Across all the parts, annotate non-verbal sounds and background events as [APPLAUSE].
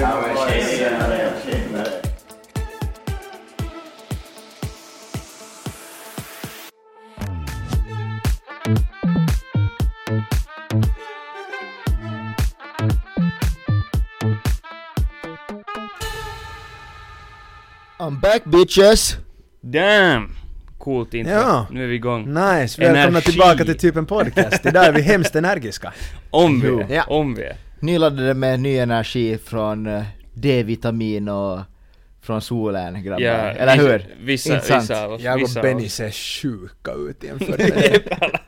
Ja, men tjenare, tjenare. I'm back bitches! Damn! Coolt intro. Ja. Nu är vi igång. Nice, välkomna Energi. tillbaka till typen podcast. Idag är vi [LAUGHS] hemskt energiska. Om vi är. Jo. Ja. Om vi är. Nyladdade med ny energi från eh, D-vitamin och från solen grabbar. Eller vissa- hur? Vissa, Inte sant? vissa av oss. Jag och vissa av Benny oss. ser sjuka ut [LAUGHS] jämfört med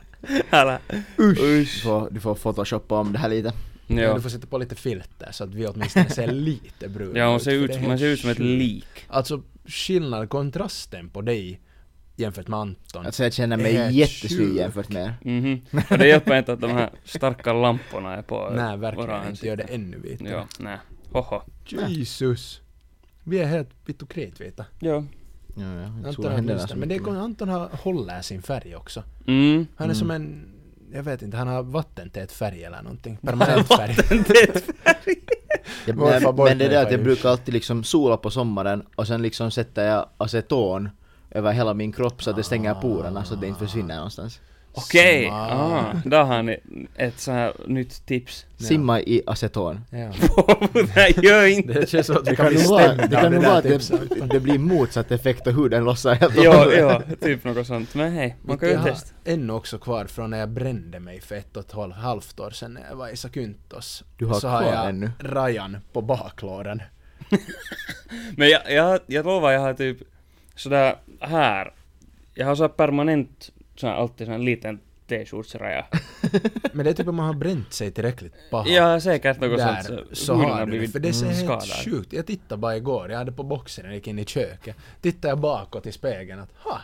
Alla. Usch. Du får, du får photoshoppa om det här lite. Men Ja. Du får sätta på lite filter så att vi åtminstone [LAUGHS] ser lite bruna ja, man ser för det är ut, man helt ser ut som ett sjukt. lik. Alltså skillnad, kontrasten på dig jämfört med Anton. Alltså jag känner Det är mig jättesnygg sjukt. jämfört med er. Mhm. [LAUGHS] Och det hjälper inte att de här starka lamporna är på Nej, verkligen våra inte. Gör det ansikten. ännu vitare. Ja, nej. Hoho. Jesus. Vi är helt vitt och kritvita. Ja. Ja, ja, inte Anton stora har händerna blåst den, som Men det är, inte- kon- Anton har, håller sin färg också. Mm. Han är som en, jag vet inte, han har vattentät färg [LAUGHS] eller någonting. Permanent färg. Jag- Varför men- abort Men det är det att jag människa, brukar alltid liksom sola på sommaren och sen liksom sätter jag aceton över hela min kropp så att det stänger Ah. porerna så att det inte försvinner någonstans. Okej! Smart. Ah, där har ni ett så här nytt tips. [LAUGHS] Simma i aceton. Ja. Nej, gör inte Det känns som att vi Det kan kan bli nog vara, stämda det, av kan nog det vara där att det, tipset. det blir motsatt effekt och huden lossar helt Ja, ja, typ något sånt. Men hej, man kan ju Jag har testa. ännu också kvar från när jag brände mig för ett och ett halv- halvt år sedan när jag var i Sakyntos. Du har så kvar har jag ännu. Rajan på baklåren. [LAUGHS] Men jag, jag, jag lovar, jag har typ sådär här. Jag har så här permanent, så här, alltid sån här liten t-shortsraja. Men det är typ om man har bränt sig tillräckligt paha. Jag har säkert något där, sånt. så huden har du det. För det ser helt sjukt Jag tittade bara igår, jag hade på boxen när jag gick in i köket. Tittade jag bakåt i spegeln att ha,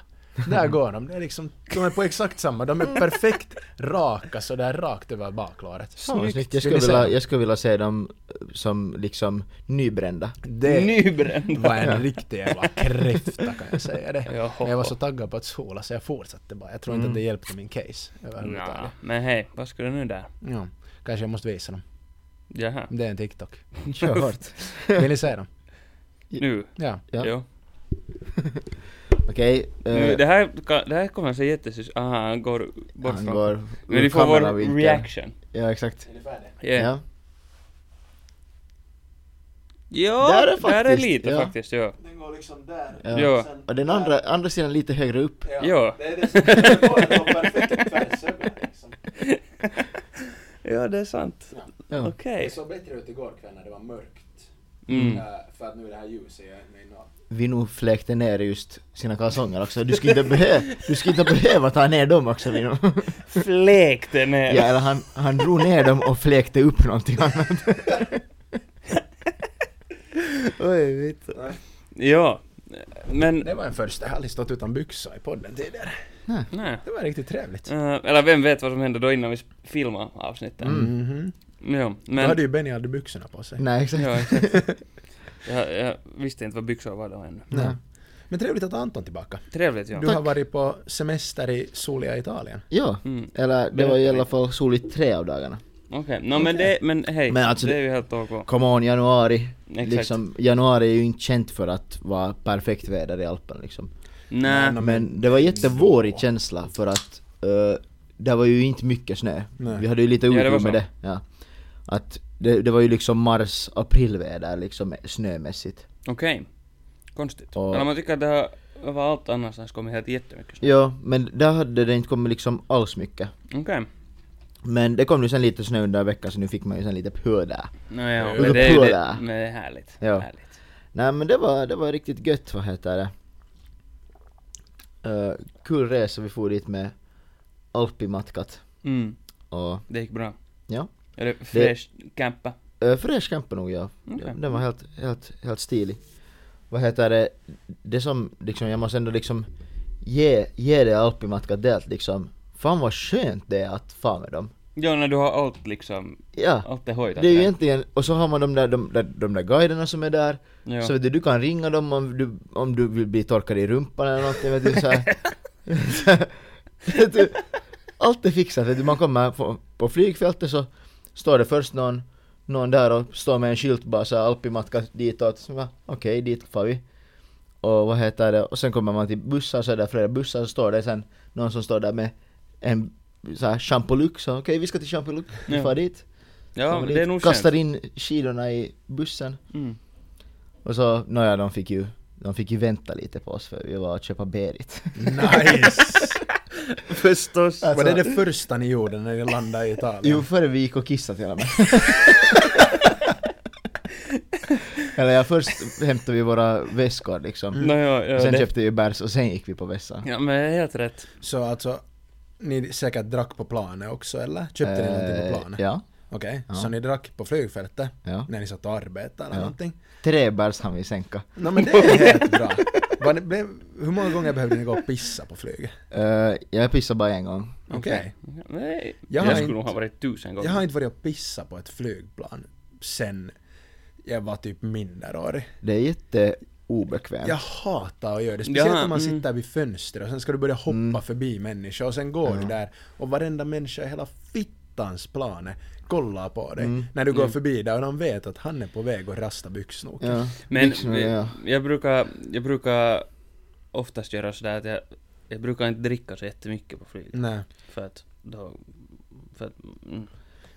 där går de. Det är liksom, de är på exakt samma, de är perfekt raka sådär rakt över baklåret. Fan, vad snyggt. Jag Vill skulle, ni se vilja, dem? jag skulle vilja se dem eh, som liksom nybrända. Det Nybränd. var en riktig jävla kräfta kan jag säga det. Ja, ho, Men jag var ho. så taggad på att sola så jag fortsatte bara. Jag tror inte att det Mm. hjälpte min case överhuvudtaget. Nja, men hej, vad ska du nu där? Ja, kanske jag måste visa dem. Jaha, Det är [LAUGHS] en TikTok. Kör hårt. Vill ni se dem? nu? Ja. Ja. Jo. Okej, Nu, eh, det, här, kan- det här kommer att se jättesus... Aha, han går bort han från... går men ur vi får vår kameravinkeln. reaction. Ja, exakt. Yeah. Ja. Ja, Där är där är faktiskt, lite ja. faktiskt, ja. Den går liksom där. Ja. Ja. Och den andra, andra sidan lite högre upp. Ja. Det är det som är perfekt tvärs över liksom. Ja, det är sant. Ja. Okej. Det såg bättre ut igår kväll när det var mörkt. Mm. Eh, för att nu är det här ljuset jag är med i natt. Vi nog fläkte ner just sina kalsonger också. Du skulle inte, behö- du skulle inte behöva ta ner dem också [LAUGHS] Vino. Fläkte ner. Ja, eller han, han drog ner dem och fläkte upp någonting annat. [LAUGHS] Oj, vet du. Ja. Men, Det var en första. Jag har aldrig stått utan byxor i podden tidigare. nej. Det var riktigt trevligt. Eh, eller vem vet vad som hände då innan vi sp- filmade avsnittet. Mm. Mhm. Jo, Då hade men... ju Benny aldrig byxorna på sig. Nej, exakt. [LAUGHS] Ja, exakt. jag, jag visste inte vad byxor var då ännu. Nej. Men trevligt att ha Anton tillbaka. Trevligt ja. Du Tack. har varit på semester i soliga Italien. Ja, Mm. eller det var i alla fall soligt tre av dagarna. Okej, nå men det, men hej, Men alltså det är det- ju helt ok. Come on, januari. Exakt. Liksom, januari är ju inte känt för att vara perfekt väder i Alpen liksom. Nej, Nej, Men det var jättevårig känsla för att eh, det var ju inte mycket snö. Nej. Vi hade ju lite Ja, det otur var så. med det. Ja. Att det, det var ju liksom mars-aprilväder liksom snömässigt. okej. Konstigt. Och- Eller man tycker att det har överallt annars har kommit helt jättemycket snö. Ja, men där hade det inte kommit liksom alls mycket. Okej. Men det kom ju sen lite snö under veckan så nu fick man ju sen lite pö där. Nå ja, Ja. men det är ju Ulla det, där. men det är härligt. Ja. Härligt. Nej men det var, det var riktigt gött, vad heter det? Eh, kul resa, vi for dit med Alpimatkat Mm, och det gick bra. ja. Är det fräscht campa? Uh, fräsch camper nog ja. Okej. Den var helt, helt, helt stilig. Vad heter det, det som liksom, jag måste ändå liksom ge, ge det alpimatkat det att liksom, fan vad skönt det är att fara med dem. Ja, när du har allt liksom, Ja, allt är hojtat. det är ju där. egentligen, och så har man de där, de, där, de där guiderna som är där, Ja. så vet du, du kan ringa dem om du, om du vill bli torkad i rumpan eller någonting vet du så här. [LAUGHS] [LAUGHS] Vet du, Allt är fixat, vet du, man kommer på, på flygfältet så står det först någon, någon där och står med en skylt bara såhär alpimatka ditåt. Så va, Okej, dit far vi. Och vad heter det? Och sen kommer man till bussar så är det flera bussar så står det sen någon som står där med en såhär champolux. Så, Okej, vi ska till champolux. Vi Ja. far dit. Ja, Far men dit, det är nog Kastar skönt. in skidorna i bussen. Mm. Och så, nåja, de fick ju de fick ju vänta lite på oss för vi var att köpa Berit. [LAUGHS] Nice! Förstås. Var det det första ni gjorde när ni landade i Italien? Jo, före vi gick och kissade till och med. [LAUGHS] Eller ja, först hämtade vi våra väskor liksom. Mm. No, ja, ja, sen det, köpte vi bärs och sen gick vi på vässan. ja, men helt rätt. Så alltså, ni säkert drack på planet också eller? Köpte ni någonting på Eh, planet? Ja. Okej, Ja. så ni drack på flygfältet? ja. När ni satt och arbetade eller Ja. någonting? Tre bärs hann vi sänka. Nej men det är helt bra. Var ni, blev, hur många gånger behövde ni gå och pissa på flyget? Eh, jag pissade bara en gång. Okej. Ja, Nej, jag, Jag har skulle inte- nog ha varit tusen gånger. Jag har inte varit och pissat på ett flygplan sen jag var typ minderårig. Det är jätteobekvämt. Jag hatar att göra det, speciellt Ja, om mm. man sitter där vid fönstret och sen ska du börja hoppa Mm. förbi människor och sen går du Ja. där och varenda människa i hela fittans planet kollar på dig Mm. när du går Mm. förbi där och de vet att han är på väg att rasta byxnoken. Ja. Men byxorna, eh, ja. jag, brukar, jag brukar oftast göra sådär att jag, jag brukar inte dricka så jättemycket på flyget. Nej. För att då... För att, mm. Men,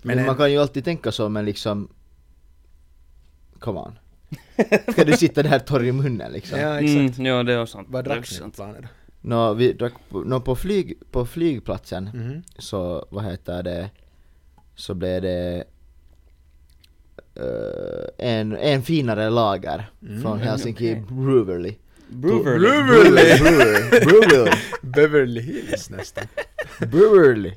Men en- man kan ju alltid tänka så men liksom... Come on. Ska du sitta där torr i munnen liksom? Ja, exakt. Mm, ja, det är sant. Vad Det är drack ni på sant. planet då? Nå, vi drack på, nå, på, flyg, på flygplatsen Mhm. så, vad heter det, så blev det eh, en, en finare lager Mm, från okej. Helsinki Brewery. Brewerly. Brewerly. [LAUGHS] Brewery! Brewery! Beverly Hills nästan. Brewery!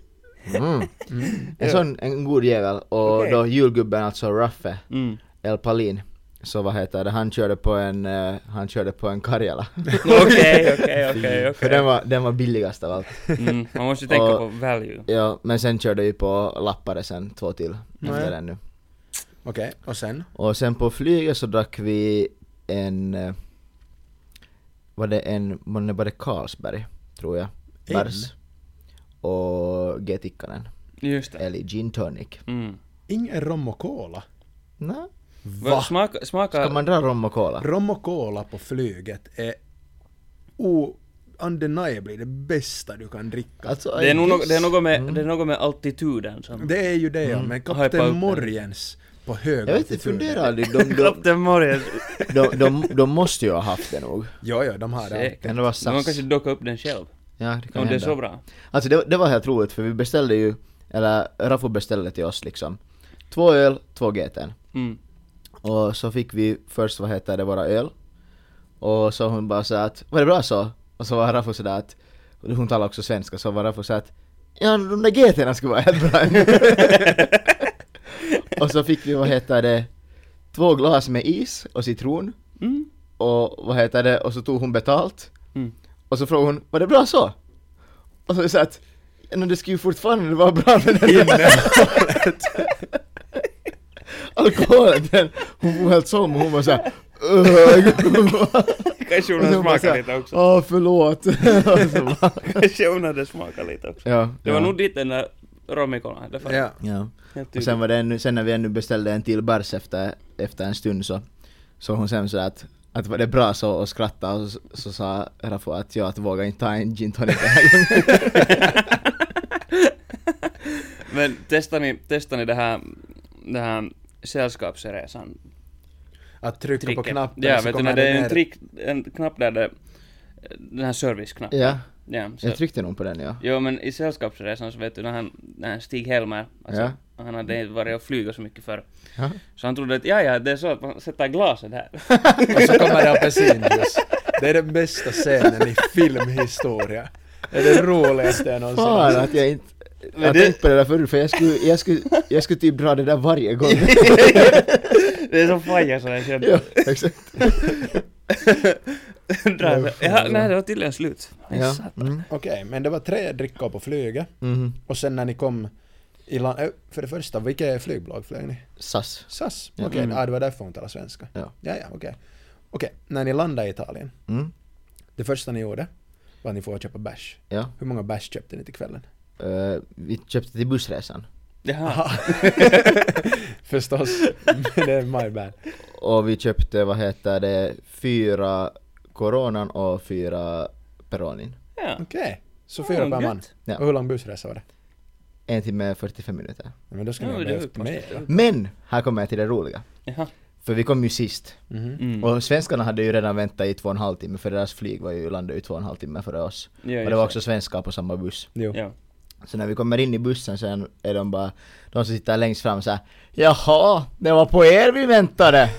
Mm. Mm. En sån, en god jävel och Okej. då julgubben alltså Raffe Mm. [LAUGHS] El Palin så vad heter det, han körde på en, eh, han körde på en [LAUGHS] Karjala. Okej, okej, okej, För den okej. var, den var billigast av allt. Mm, Man måste ju tänka Och- på value. Ja, men sen körde vi på Lappare sen, två till Nej. efter den nu. Okej, och sen? Och sen på flyget så drack vi en... eh, Var det en... månne Var det Carlsberg? Tror jag. En? Bärs. Och Getikkanen. Just Eh, det. Eller gin tonic. Mm. Ingen rom och cola? Nä? Va? Smaka, smaka... Ska man dra rom och cola? Rom och cola på flyget är o undeniably det bästa du kan dricka. Alltså, det, är I nog, guess. det, är något med, Mm. det är något med altituden som... Det är ju det Mm. ja, men Hypa upp Kapten det. Morjens på hög Jag vet inte, altitud. funderar aldrig. [LAUGHS] De, de, Kapten Morjens. de, de, de måste ju ha haft det nog. Ja, ja, de har det. Säkert. Men det var Man SAS. kanske dockar upp den själv. Ja, det kan Om det är hända. så bra. Alltså det, det var helt roligt för vi beställde ju, eller Raffo beställde till oss liksom, två öl, två GT'n. Mm. Och så fick vi först, vad heter det, våra öl. Och så hon bara så att var det bra så? Och så var Raffo sådär att, hon talar också svenska, så var Raffo så att ja de där GT'na skulle vara helt bra. [LAUGHS] och så fick vi, vad heter det, två glas med is och citron. Mm. Och vad heter det, och så tog hon betalt. Mm. Och så frågade hon, var det bra så? Och så sa jag att, "Ja, men det skulle ju fortfarande vara bra med den innehållet. Alkoholen, den, hon var helt som hon var såhär, Kanske hon Och hade sen bara så smakat här, lite också. åh förlåt. Och så bara- Kanske hon hade smakat lite också. ja, Det var ja. nog dit den där romikolan hade fallit. Ja. Ja. Helt Och tydligt. sen var det ännu, sen när vi ännu beställde en till bärs efter, efter en stund så sa hon sen sådär att, att var det bra så och skratta och så, så sa Raffo att jag att vågar inte ta en gin tonic den här gången. Men testar ni, testar ni det här, det här sällskapsresan? Att trycka på Tricket. knappen Ja, så vet du, kommer när det är en, ner. trick, en knapp där det, den här [LAUGHS] serviceknappen. Ja, Ja, så, jag tryckte nog på den ja. jo men i sällskapsresan så vet du när han, när han Stig-Helmer, alltså, Ja. han hade inte varit och flyga så mycket förr. Ja. Så han trodde att ja, ja, det är så att man sätter glaset här. [LAUGHS] Och så kommer det apelsinjuice. Det är den bästa scenen i filmhistoria. Det är det roligaste jag någonsin har Fan sett. att jag inte... Men jag det- tänkte på det där förut för jag skulle, jag skulle, jag skulle typ dra det där varje [LAUGHS] gång. det är så faja så den känner. ja, exakt. [LAUGHS] Drar det. ja, nej, det var tydligen slut. Aj, Ja. satan. Mm. Okej, men det var tre drickor på flyget. Mhm. Och sen när ni kom i land... Ö, För det första, vilket flygbolag flög ni? SAS. SAS? Ja. Okej, Mm. ah, det var därför hon talade svenska. Ja. Ja, ja, okej. Okej, när ni landade i Italien, Mm. det första ni gjorde var att ni får köpa bärs. Ja. [LAUGHS] Hur många bärs köpte ni till kvällen? Eh, vi köpte till bussresan. Jaha. Förstås. Men [LAUGHS] det är my bad. Och vi köpte, vad heter det, fyra Coronan och fyra Peronin. Ja. Okej. Så fyra Ja, per man. gött. Ja. Och hur lång busresa var det? En timme 45 minuter. Men då skulle Ja, jag det är ju behövt konstigt. mer. Men! Här kommer jag till det roliga. Jaha. För vi kom ju sist. Mhm. Mm. Och svenskarna hade ju redan väntat i två och en halv timme för deras flyg var ju, landade ju två och en halv timme före oss. Ja, och det var just också svenskar på samma buss. Jo. Ja. Så när vi kommer in i bussen sen är de bara, de som sitter längst fram såhär Jaha, det var på er vi väntade! [LAUGHS]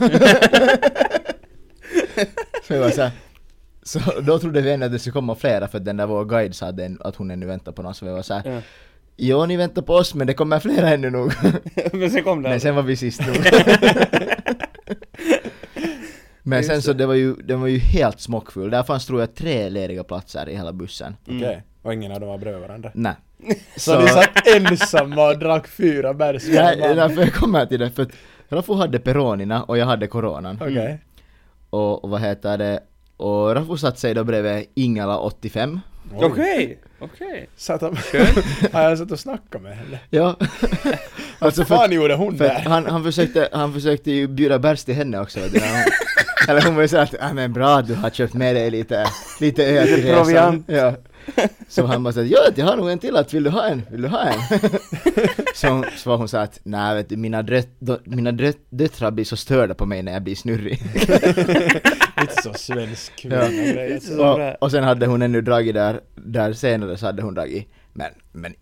så vi var så, här, så då trodde vi ändå att det skulle komma flera för den där vår guide sa den, att hon ännu väntar på någon så vi var såhär ja. [LAUGHS] Jo ni väntar på oss men det kommer flera ännu [LAUGHS] nog Men sen kom det. Men sen var vi sist nog Men sen så det var ju, den var ju helt smockfull, där fanns tror jag tre lediga platser i hela bussen Mm. Okej. Och ingen av dem var bredvid varandra. Nej [LAUGHS] Så ni satt ensamma och drack fyra bärs per Ja, man? därför jag kommer till det, för att Raffu hade peronina och jag hade coronan. Okej. Och, och vad heter det? Och Raffu satt sig då bredvid Ingela 85. Mm. Oj. Okej! Okej. Satt han... [LAUGHS] Har jag satt och snackat med henne? Ja. [LAUGHS] alltså Vad för, fan gjorde hon för att [LAUGHS] där? han, han, försökte, han försökte ju bjuda bärs till henne också. vet du, när [LAUGHS] hon- Eller hon var ju såhär att ah, men bra du har köpt med dig lite, lite öl till Lite resan. proviant. Ja. Så han bara såhär, ja jag har nog en till att, vill du ha en? Vill du ha en? [LAUGHS] Så, hon, så var hon såhär att, nej vet du, mina, drött, dö- mina drött, döttrar blir så störda på mig när jag blir snurrig. Lite så svensk Ja. kvinna Så bra. och, och sen hade hon ännu dragit där, där senare så hade hon dragit, men, men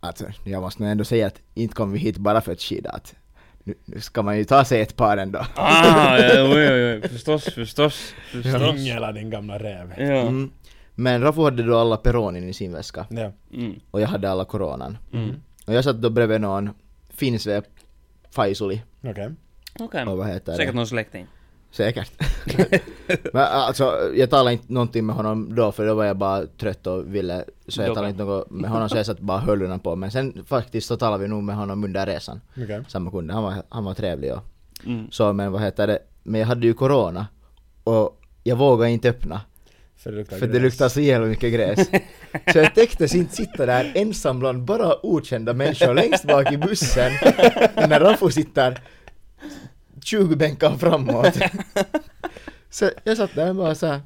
alltså jag måste nog ändå säga att inte kom vi hit bara för att skida att nu, nu ska man ju ta sig ett par ändå. Ah, ja, oj, oj, oj. Förstås, förstås. Förstås. Ingela din gamla räv. Ja. Mm. Men Rafu hade då alla Peronin i sin väska Ja. Mm. och jag hade alla Coronan. Mm. Och jag satt då bredvid någon finsvep Faisuli, Okej. Okej. och vad heter Säkert det? någon släkting. Säkert. [LAUGHS] Men alltså, jag talade inte någonting med honom då för då var jag bara trött och ville, så jag Jobba. talade inte något med honom så jag satt bara och höll honom på. Men sen tota faktiskt så talade vi nog med honom under resan. Okej. samma kunde. Han var, han var trevlig och Mm. så men vad heter det, men jag hade ju corona och jag vågade inte öppna För det luktar för det gräs. luktade så jävla mycket gräs. Så jag täcktes inte sitta där ensam bland bara okända människor längst bak i bussen när Raffo sitter 20 bänkar framåt. Så jag satt där och bara såhär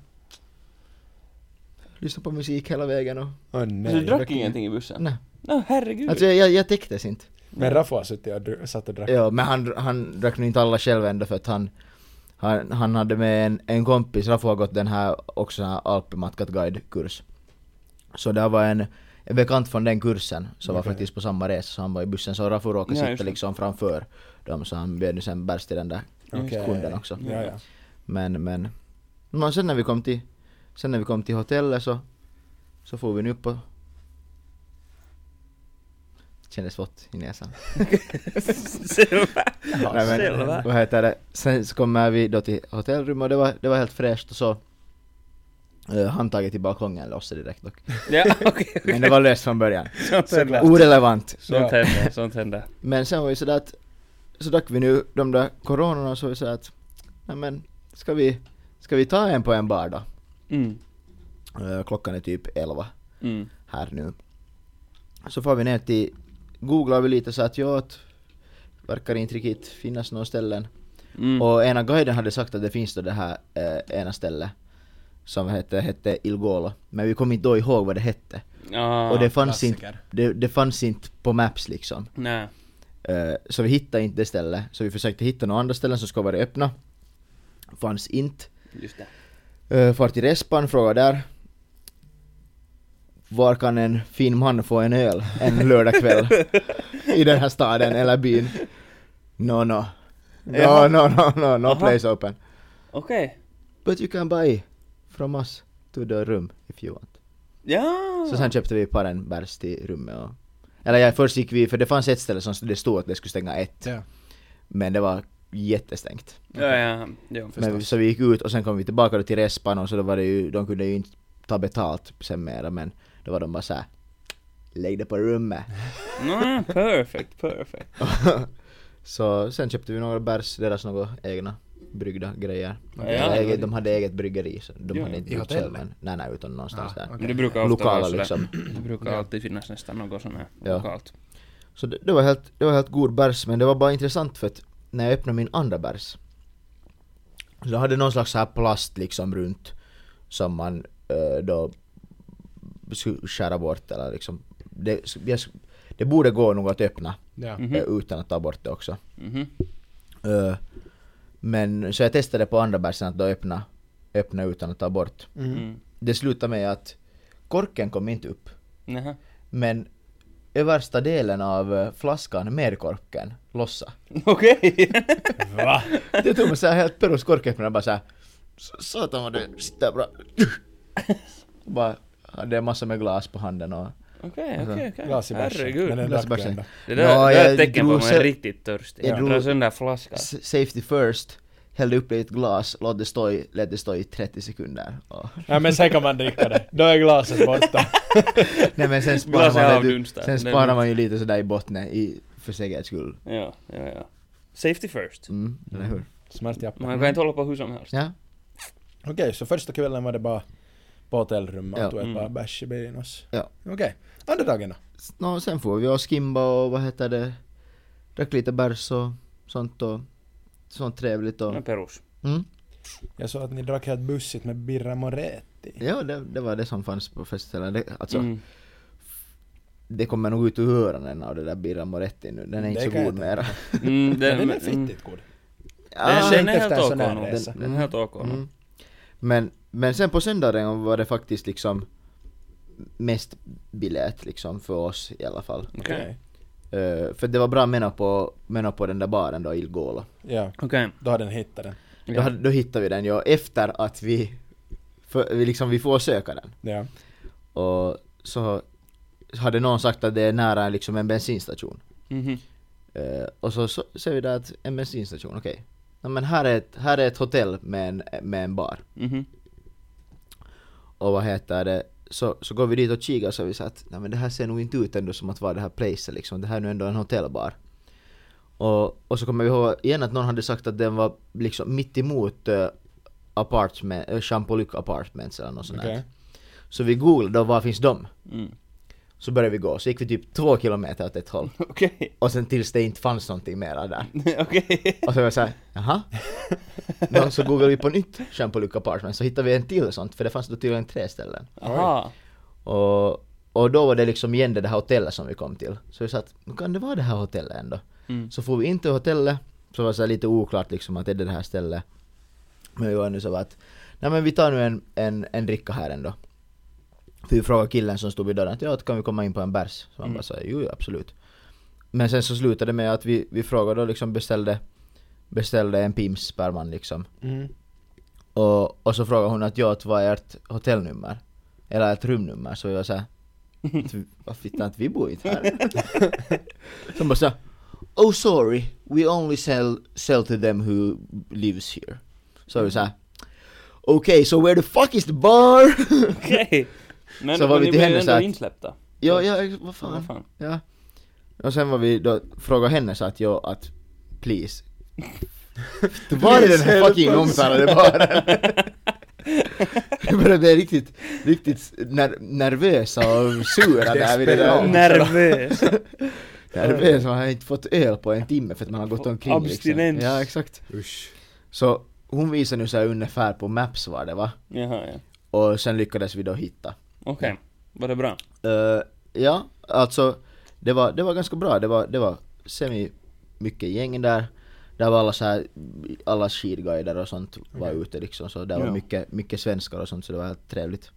Lyssnade på musik hela vägen och... Åh Så du nej. drack ingenting i bussen? Nej. Nå, herregud. Alltså jag, jag, jag täcktes inte. Men [LAUGHS] Raffo har suttit och dr- satt och drack. Ja, men han, han drack nog inte alla själv ändå för att han han, han hade med en, en kompis, Raffo har gått den här också den här alpimatkat guide-kurs. Så där var en, en bekant från den kursen som var Okej. faktiskt på samma resa, så han var i bussen. Så Raffo råkade Ja, just sitta det. liksom framför dem, så han bjöd nu sen bärs till den där Okej. kunden också. Ja, ja. Men, men. Men sen när vi kom till, sen när vi kom till hotellet så, så får vi nu upp och... Kändes vått i näsan. Nej, men, Själva. vad heter det? Sen så kommer vi då till hotellrummet och det var, det var helt fräscht och så eh, handtaget i balkongen lossade direkt dock. Ja, [LAUGHS] okej. Men det var löst från början. Sånt händer. Orelevant. Sånt händer, sånt händer. Men sen var ju sådär att, så drack vi nu de där coronorna och så var vi sådär att, nej men, ska vi, ska vi ta en på en bar då? Mm. Eh, Klockan är typ 11 Mm. här nu. Så får vi ner till, googlar vi lite så att ja, att verkar inte riktigt finnas några ställen. Mm. Och ena guiden hade sagt att det finns då det här eh, ena stället som hette, hette Ilgolo. Men vi kom inte då ihåg vad det hette. Ah, och det fanns, klassiker. inte, det, det fanns inte på Maps liksom. Nej. Eh, så vi hittade inte det stället. Så vi försökte hitta några andra ställen som skulle vara öppna. Fanns inte. Just det. Uh, far till Respan, fråga där. Var kan en fin man få en öl en lördagkväll? [LAUGHS] I den här staden eller byn? No, no. No, Jaha. no, no, no, no Aha. place open. Okej. But you can buy from us to the room if you want. Ja! Så sen köpte vi ett par en bärs till rummet och... Eller ja, först gick vi, för det fanns ett ställe som det stod att det skulle stänga ett. Ja. Men det var jättestängt. Ja, ja, ja. Men, så vi gick ut och sen kom vi tillbaka då till respan och så då var det ju, de kunde ju inte ta betalt sen mera men då var de bara såhär Lägg det på [LAUGHS] rummet. Nej, perfect, perfect. så sen köpte vi några bärs, deras några egna bryggda grejer. Ja, Eller ja. eget, de hade eget bryggeri, så de Ja, hade ja. inte I gjort själv hotellet? men, nej nej utan någonstans Ah, där. okej. Men det brukar ofta Lokala vara sådär. liksom. Det brukar alltid finnas nästan något sånt här Ja. lokalt. Så det, det, var helt, det var helt god bärs men det var bara intressant för att när jag öppnade min andra bärs så då hade någon slags så här plast liksom runt som man eh, då skulle skära bort eller liksom det, jag, det borde gå nog att öppna Ja. [LAUGHS] Mm. eh, utan att ta bort det också. Mhm. Eh, men så jag testade på andra bärsen att då öppna, öppna utan att ta bort. Mm. Det slutade med att korken kom inte upp. Nähä. [LAUGHS] Men översta delen av eh, flaskan med korken lossa. Okej. Va? Det tog mig såhär helt perus korköppnare bara såhär "S- Satan vad du sitter bra. [LAUGHS] Och bara hade massor med glas på handen och... Okej, okej, okej. Glas i bärsen. Men Herregud. den Glas i drack jag bärsen. ändå. Det där, Nå, det där är jag ett tecken på drog att man se- är riktigt törstig. jag Jag drog- drar sönder flaskan. S- Safety first. Hällde upp det i ett glas, låt det stå i, lät det stå i 30 sekunder. Och, [LAUGHS] Nej men sen kan man dricka det. Då är glaset borta. nej men sen sparar Glaset man, ju- avdunstar. sen Det är sparar lugnt. man ju lite sådär i botten i, för säkerhets skull. Ja, ja, ja. Safety first. Mm, eller hur? Smart jappa. Man kan inte hålla på hur som helst. Ja. Okej, så första kvällen var det bara på hotellrummet Ja. och tog ett Mm. par bärs i Birinos. Ja. Okej. Andra dagen då? S- Nå, sen får vi och skimba och vad heter det? Drack lite bärs och sånt och... Sånt trevligt och... Men perus. Mm. Jag såg att ni drack helt bussigt med Birra Moretti. Ja, det, det var det som fanns på festen. Det- Alltså, Mm. det kommer nog ut ur öronen av det där Birra Moretti nu. Den är inte Det så kan jag god tänka [LAUGHS] mera. Mm, Den, den är men- mm. fittigt god. Den, Ah, känns- den inte är efter helt en okej sån här nog. resa. Den är helt okej nog. mm. men, men sen på söndagen var det faktiskt liksom mest biljett liksom för oss i alla fall. Okej. Eh, för det var bra mena på, mena på den där baren då, Il Golo. Ja, Okej. då hade ni hittat den. Då, Ja. hade- då hittade vi den ju efter att vi, för, vi liksom, vi får söka den. Ja. Och så hade någon sagt att det är nära liksom en bensinstation. Mhm. Eh, och så, så ser vi där att en bensinstation, okej. Ja, men här är, ett, här är ett hotell med en, med en bar. Mhm. Och vad heter det? Så, så går vi dit och kikar så vi sa att nej, men det här ser nog inte ut ändå som att vara det här placet liksom. Det här är nu ändå en hotellbar. Och, och så kommer vi ihåg igen att någon hade sagt att den var liksom mitt emot eh, apartment, eh, Champoluc Apartments eller något sånt där. Okej. Så vi googlade då, var finns de? Mm. Så började vi gå, så gick vi typ två kilometer åt ett håll. [LAUGHS] Okej. [LAUGHS] Och sen tills det inte fanns någonting mera där. Okej. Och så var jag såhär, jaha? Nå, så googlade vi på nytt shampoo Luke Apartment, så hittade vi en till sånt, för det fanns då tydligen tre ställen. Aha. Och, och då var det liksom igen det här hotellet som vi kom till. Så vi sa att, "Men kan det vara det här hotellet ändå? Mm. Så får vi inte till hotellet, så var det så här lite oklart liksom att är det det här stället? Men vi var nu så bara att, nej men vi tar nu en, en, en dricka här ändå. För vi frågade killen som stod vid dörren att ja, kan vi komma in på en bärs? Så han Mm. bara sa jo, jo, absolut. Men sen så slutade det med att vi, vi frågade och liksom beställde, beställde en pims per man liksom. Mm. Och, och så frågade hon att ja, att vad är ert hotellnummer? Eller ert rumnummer? Så jag sa vad fittan att vi bor inte här? så hon bara sa Oh sorry, we only sell, sell to them who lives here. Så vi sa Okej, so where the fuck is the bar? [LAUGHS] [LAUGHS] Okej. Men Så var men vi ni till blev henne ju så ändå att- insläppta. ja, ja, vad fan. Vad fan. Ja. Och sen var vi då, frågade henne så att jag att please. Var är den här fucking omtalade baren? [LAUGHS] Vi började bli riktigt, riktigt ner- nervösa och sura där vid det där. Nervös. [LAUGHS] Nervös, man har inte fått öl på en timme för att man har gått omkring liksom. Abstinens. Ja, exakt. Usch. Så hon visar nu så här ungefär på Maps var det va? [LAUGHS] Jaha, ja. Och sen lyckades vi då hitta. Okej. Var det bra? Eh, ja, alltså det var, det var ganska bra. Det var, det var semi mycket gäng där. Där var alla så här, alla skidguider och sånt var ute liksom. Så där var Ja. mycket, mycket svenskar och sånt så det var helt trevligt.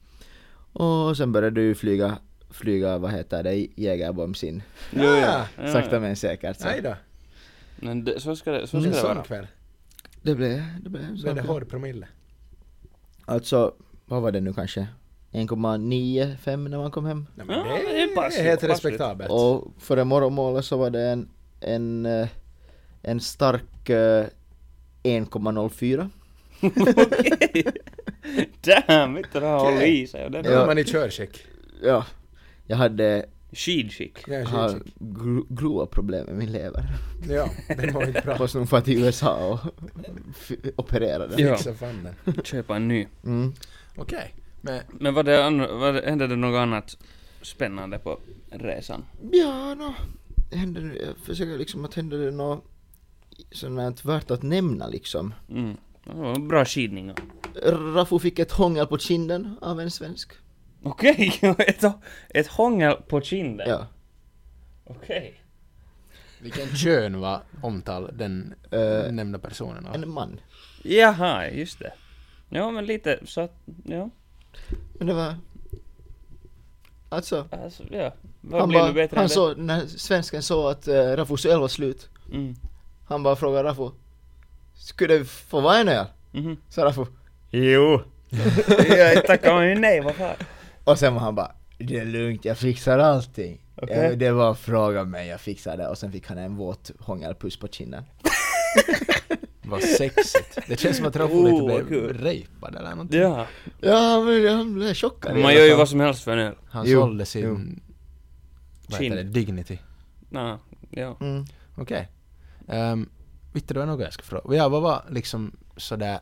Och sen började du flyga, flyga vad heter det, Jägerbombs in. Jo, ja. Ja, ja. [LAUGHS] Sakta men säkert. Så. Nej då. Men det, så ska det, så ska Mm, En det sån vara. [LAUGHS] kväll. Det blev, det blev en Blev sån det kväll. hård promille? Alltså, vad var det nu kanske? 1,95 när man kom hem. Nej, Ja, men det det är är, passligt, helt passligt. respektabelt. Och före morgonmålet så var det en, en, eh, en stark eh, 1,04. Okej. Damn, inte det här håller i sig. Det Då där- är man i körskick. Ja. Jag hade Skidskick. Jag är i har körskick. gro- grova problem med min lever. Ja, den var inte bra. [LAUGHS] Måste nog fara till USA och f- operera den. Ja. Fixa fram den. Köpa en ny. Mm. Okej. Men Men var det, an- var det, hände det något annat spännande på resan? Ja, nå. händer nu, jag försöker liksom att händer det något sånt här värt att nämna liksom. Mm. Det var en bra skidningar. Rafu fick ett hångel på kinden av en svensk. Okej, [LAUGHS] ett, ett hångel på kinden? Ja. Okej. Vilken kön var omtal den Eh, nämnda personen av? En man. Jaha, just det. Ja, men lite så att, ja. Men det var... Alltså, Alltså, ja. Vad han, blir bara, nu bättre än han det? såg, när svensken såg att uh, Rafus öl var slut, Mm. han bara frågade Rafu Skulle vi få vara en öl? Mhm. Så Rafu Jo. jag tackar mig nej, vad fan. Och sen var han bara Det är lugnt, jag fixar allting. Okej. Eh, Det var fråga mig, jag fixar det. Och sen fick han en våt hångelpuss på kinden. Vad sexigt. Det känns som att Raffo Oh, lite vad blev kul. rapad eller någonting. Ja. Ja, men han blev chockad. i Man alla gör ju fall. vad som helst för en öl. Han Jo, sålde sin... Vad heter det? Kind. Dignity. Nå, [LAUGHS] ja. Mm. Okej. Um, Vitte, det var något jag ska fråga. Ja, vad var liksom sådär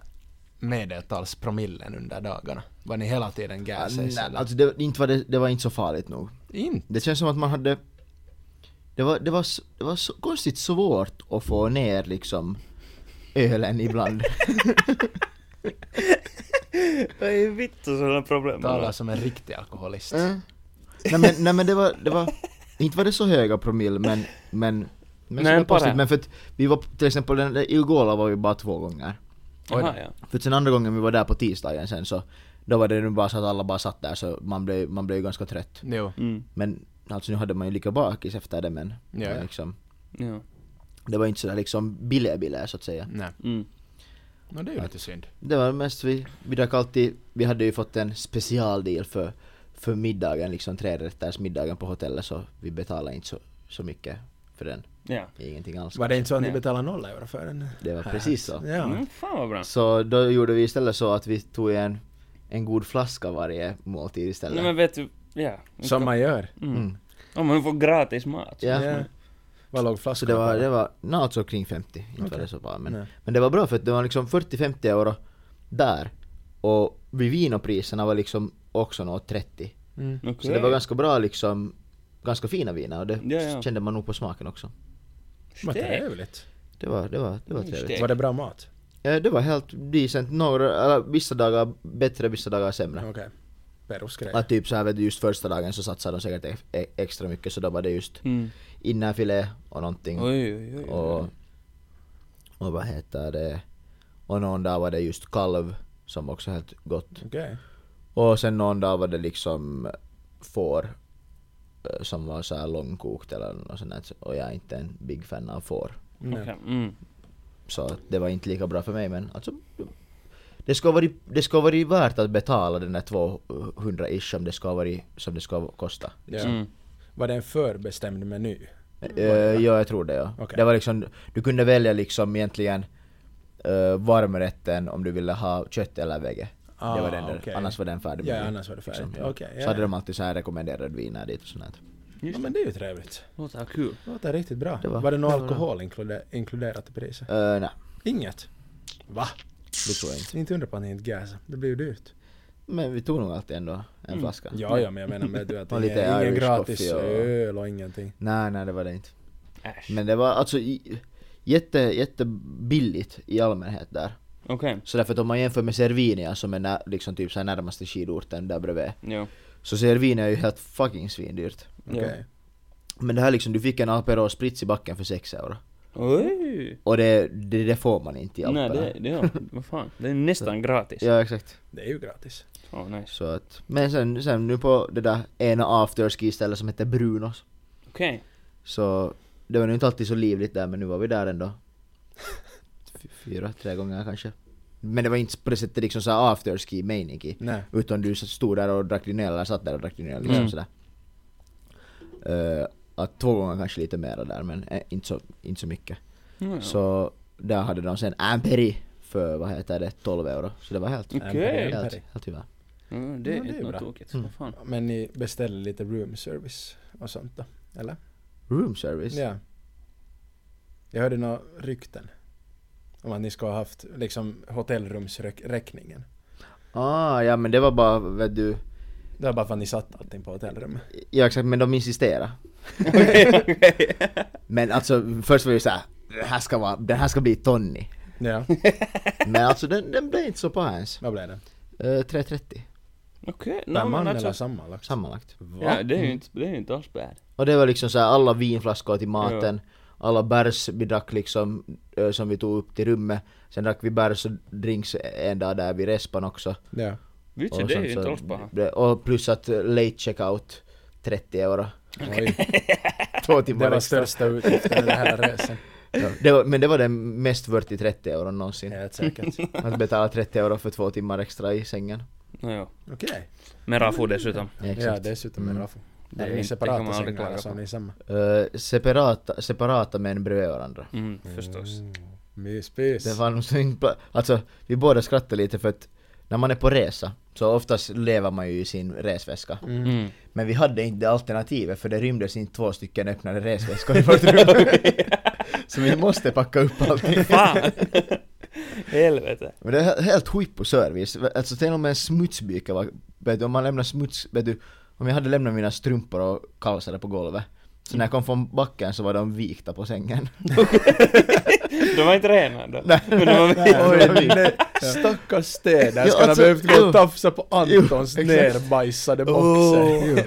medeltalspromillen under dagarna? Var ni hela tiden Ja, gases nej, eller? alltså det, inte var det, det var inte så farligt nog. Inte? Det känns som att man hade... Det var, det var, s- det var så konstigt svårt att få ner liksom ölen [LAUGHS] ibland. Det är ju vittu sådana problem. Talar som en riktig alkoholist. Mm. nej, men, nej men det var, det var... Inte var det så höga promille men... Men, men, Nej, så var det bara. positivt. men för att vi var till exempel, den där Ilgola var vi bara två gånger. Jaha, ja. För att sen andra gången vi var där på tisdagen sen så... Då var det nu bara så att alla bara satt där så man blev, man blev ju ganska trött. Jo. Mm. Men alltså nu hade man ju lika bakis efter det men... Ja, ja. men Liksom, Ja. det var inte sådär liksom billiga så att säga. Nej. Mm. No, det är ju lite synd. Det var mest vi, vi drack alltid, vi hade ju fått en specialdeal för, för middagen, liksom trerätters middagen på hotellet så vi betalade inte så, så mycket för den. Ja. Ingenting alls. Var det inte så att ni Nej. betalade noll euro för den? Det var precis så. Ja. Mm, fan vad bra. Så då gjorde vi istället så att vi tog en, en god flaska varje måltid Nej istället. men vet du, ja. Som man gör. Mm. Om man får gratis mat. Ja. Ja. Vad låg flaskan Så det var, på? det var nå alltså kring 50, inte var Okej. det så bra men, Nej. men det var bra för att det var liksom 40-50 euro där och vid vinopriserna var liksom också något 30. Mm. Okej. Så det var ganska bra liksom, ganska fina viner och det Ja, ja. kände man nog på smaken också. Vad Steg. trevligt. Det var, det var, det var Just trevligt. det. Var det bra mat? Eh, Det var helt decent, några, eller vissa dagar bättre, vissa dagar sämre. Okej. Perus grej. Att typ så här, vet du, just första dagen så satsade de säkert e- e- extra mycket så då var det just Mm. innerfilé och någonting. Oj, oj, oj. och, oj. och vad heter det? Och någon dag var det just kalv som också helt gott. Okej. Och sen någon dag var det liksom får eh, som var så här långkokt eller något sånt där. och jag är inte en big fan av får. Nej. Okej, Mm. Så att det var inte lika bra för mig men alltså det ska vara det ska vara värt att betala den där 200 ish som det ska vara som det ska kosta. Ja. Mm. Var det en förbestämd meny? Eh, ja, jag tror det ja. Mm. Okej. Det var liksom, du kunde välja liksom egentligen uh, varmrätten om du ville ha kött eller vege. det var den där. Ah, okej. Annars var den färdig. Ja, menyn, annars var det färdigt. Okej, ja, Så hade ja. de alltid så här rekommenderade viner dit och sånt där. Ja, men det är ju trevligt. Låter kul. Låter riktigt bra. Det var, var- det någon det var alkohol inklude, inkluderat i priset? Eh, nej, Inget? Va? det tror jag inte. Inte undra på att ni inte gasar. Det blir ju dyrt. Men vi tog nog alltid ändå en Mm. flaska. Ja, ja, men jag menar med du [LAUGHS] att Och ingen, lite ingen Irish gratis coffee och- öl och ingenting. Nej, nej det var det inte. Äsch. Men det var alltså i- jätte, jättebilligt i allmänhet där. Okej. Så därför att om man jämför med Cervinia som är när, liksom typ så här närmaste skidorten där bredvid. Ja. Så Cervinia är ju helt fucking svindyrt. Okej. Ja. Men det här liksom, du fick en Aperol Spritz i backen för 6 euro. Oj. Och det, det, det får man inte i Nej, Alperna. det, det, ja. vad fan. [LAUGHS] Det är nästan gratis. Ja exakt. Det är ju gratis. Åh, nice. Så att, men sen, sen nu på det där ena afterski-stället som heter Brunos. Okej. Så det var nu inte alltid så livligt där men nu var vi där ändå. Fy- Fyra, tre gånger kanske. Men det var inte på det sättet liksom såhär afterski-mening Nej. Utan du stod där och drack din öl eller satt där och drack din öl liksom Mm. sådär. Eh, att två gånger kanske lite mera där men eh, inte, så, inte så mycket. Ja, ja. Så där hade de sen Amperi för vad heter det, 12 euro. Så det var helt, Okej. Amperi, helt, Amperi. helt hyvä. Ja, det Ja, är det är inte bra. något tokigt. Vad fan. Mm. [LAUGHS] Men ni beställde lite room service och sånt då? Eller? Room service? Ja. Jag hörde några rykten. Om att ni ska ha haft liksom hotellrumsräkningen. Ah, ja men det var bara, vet du, Det var bara för att ni satt allting på hotellrummet. ja exakt men de insisterade. Okej, okej. Men alltså först var det ju såhär, den här ska vara, den här ska bli tonnig. Ja, Men alltså den, den blev inte så bra ens. vad blev det? Eh, 3.30 Okej, [LAUGHS] nå, Per men man eller liksom? alltså. sammanlagt? sammanlagt. Va? Ja, det Mm. är ju inte, det är ju inte alls bad. Och det var liksom såhär alla vinflaskor till maten, alla bärs vi drack liksom eh, som vi tog upp till rummet. Sen drack vi bärs och drinks en dag där vid respan också. Ja. Vitsi, Och det är sånt, ju så- inte alls bra. det- Och plus att eh, late checkout 30 [LAUGHS] euro. Oj, Två det timmar var extra. största utgiften i [LAUGHS] den här resan. Ja, det var, men det var den mest vört i 30 euro Jag någonsin. vet säkert. Att betala 30 euro för två timmar extra i sängen. No, jo. Okej. Mera får dessutom. Ja, exakt. Ja, dessutom är det Raffo. Mm. Det Det är inte- är det ju kan separata man aldrig sängar klaga eller så, på. ni är samma. Eh, separata, separata men bredvid varandra. Mm, förstås. Myspys. Det var nog så inte bra. Alltså, vi båda skrattade lite för att när man är på resa så oftast lever man ju i sin resväska. Mm. Men vi hade inte det alternativet för det rymdes inte två stycken öppnade resväskor i vårt [LAUGHS] rum. så vi måste packa upp allting. Fan! [LAUGHS] Helvete. Men det är helt huippuservice. Alltså till och med en smutsbyke var, vet du, om man lämnar smuts, vet du, om jag hade lämnat mina strumpor och kalsade på golvet. Så när jag kom från backen så var de vikta på sängen. [LAUGHS] De var inte rena ändå. Men de var nej. Oj, Oj, nej. Stackars städare, Ja, ska han ha alltså, behövt gå jo. och tafsa på Antons Jo, exakt. nerbajsade Åh. boxer? Jo.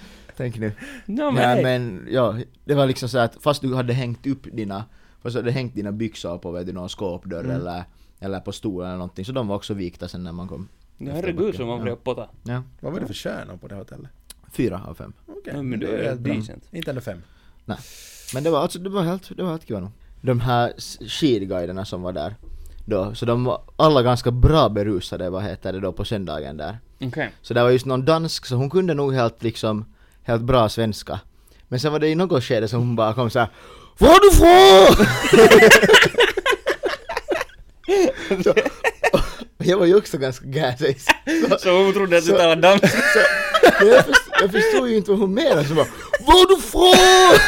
[LAUGHS] Tänk nu. No, men, Nej hej. men ja, det var liksom så att fast du hade hängt upp dina, fast du hade hängt dina byxor på vet du, någon skåpdörr eller, eller på stolen eller någonting, så de var också vikta sen när man kom. Ja, efter herregud backen. som man Ja. blev pottad. Ja, Vad var det för kärnor på det hotellet? fyra av fem. Okej, Ja, men det är helt bra. decent. Inte ändå fem. Men det var alltså, det var helt, det var helt kul. De här s- skidguiderna som var där då, så de var alla ganska bra berusade, vad heter det då, på söndagen där. Okej. Så det var just någon dansk, så hon kunde nog helt liksom, helt bra svenska. Men sen var det i något skede som hon bara kom såhär Var är du från? Så- och [LAUGHS] jag var ju också ganska gassig. Så, Så hon trodde att du Så- talade [LAUGHS] danska. så, men jag, förstod, jag förstod ju inte vad hon menade, så bara Var är du från?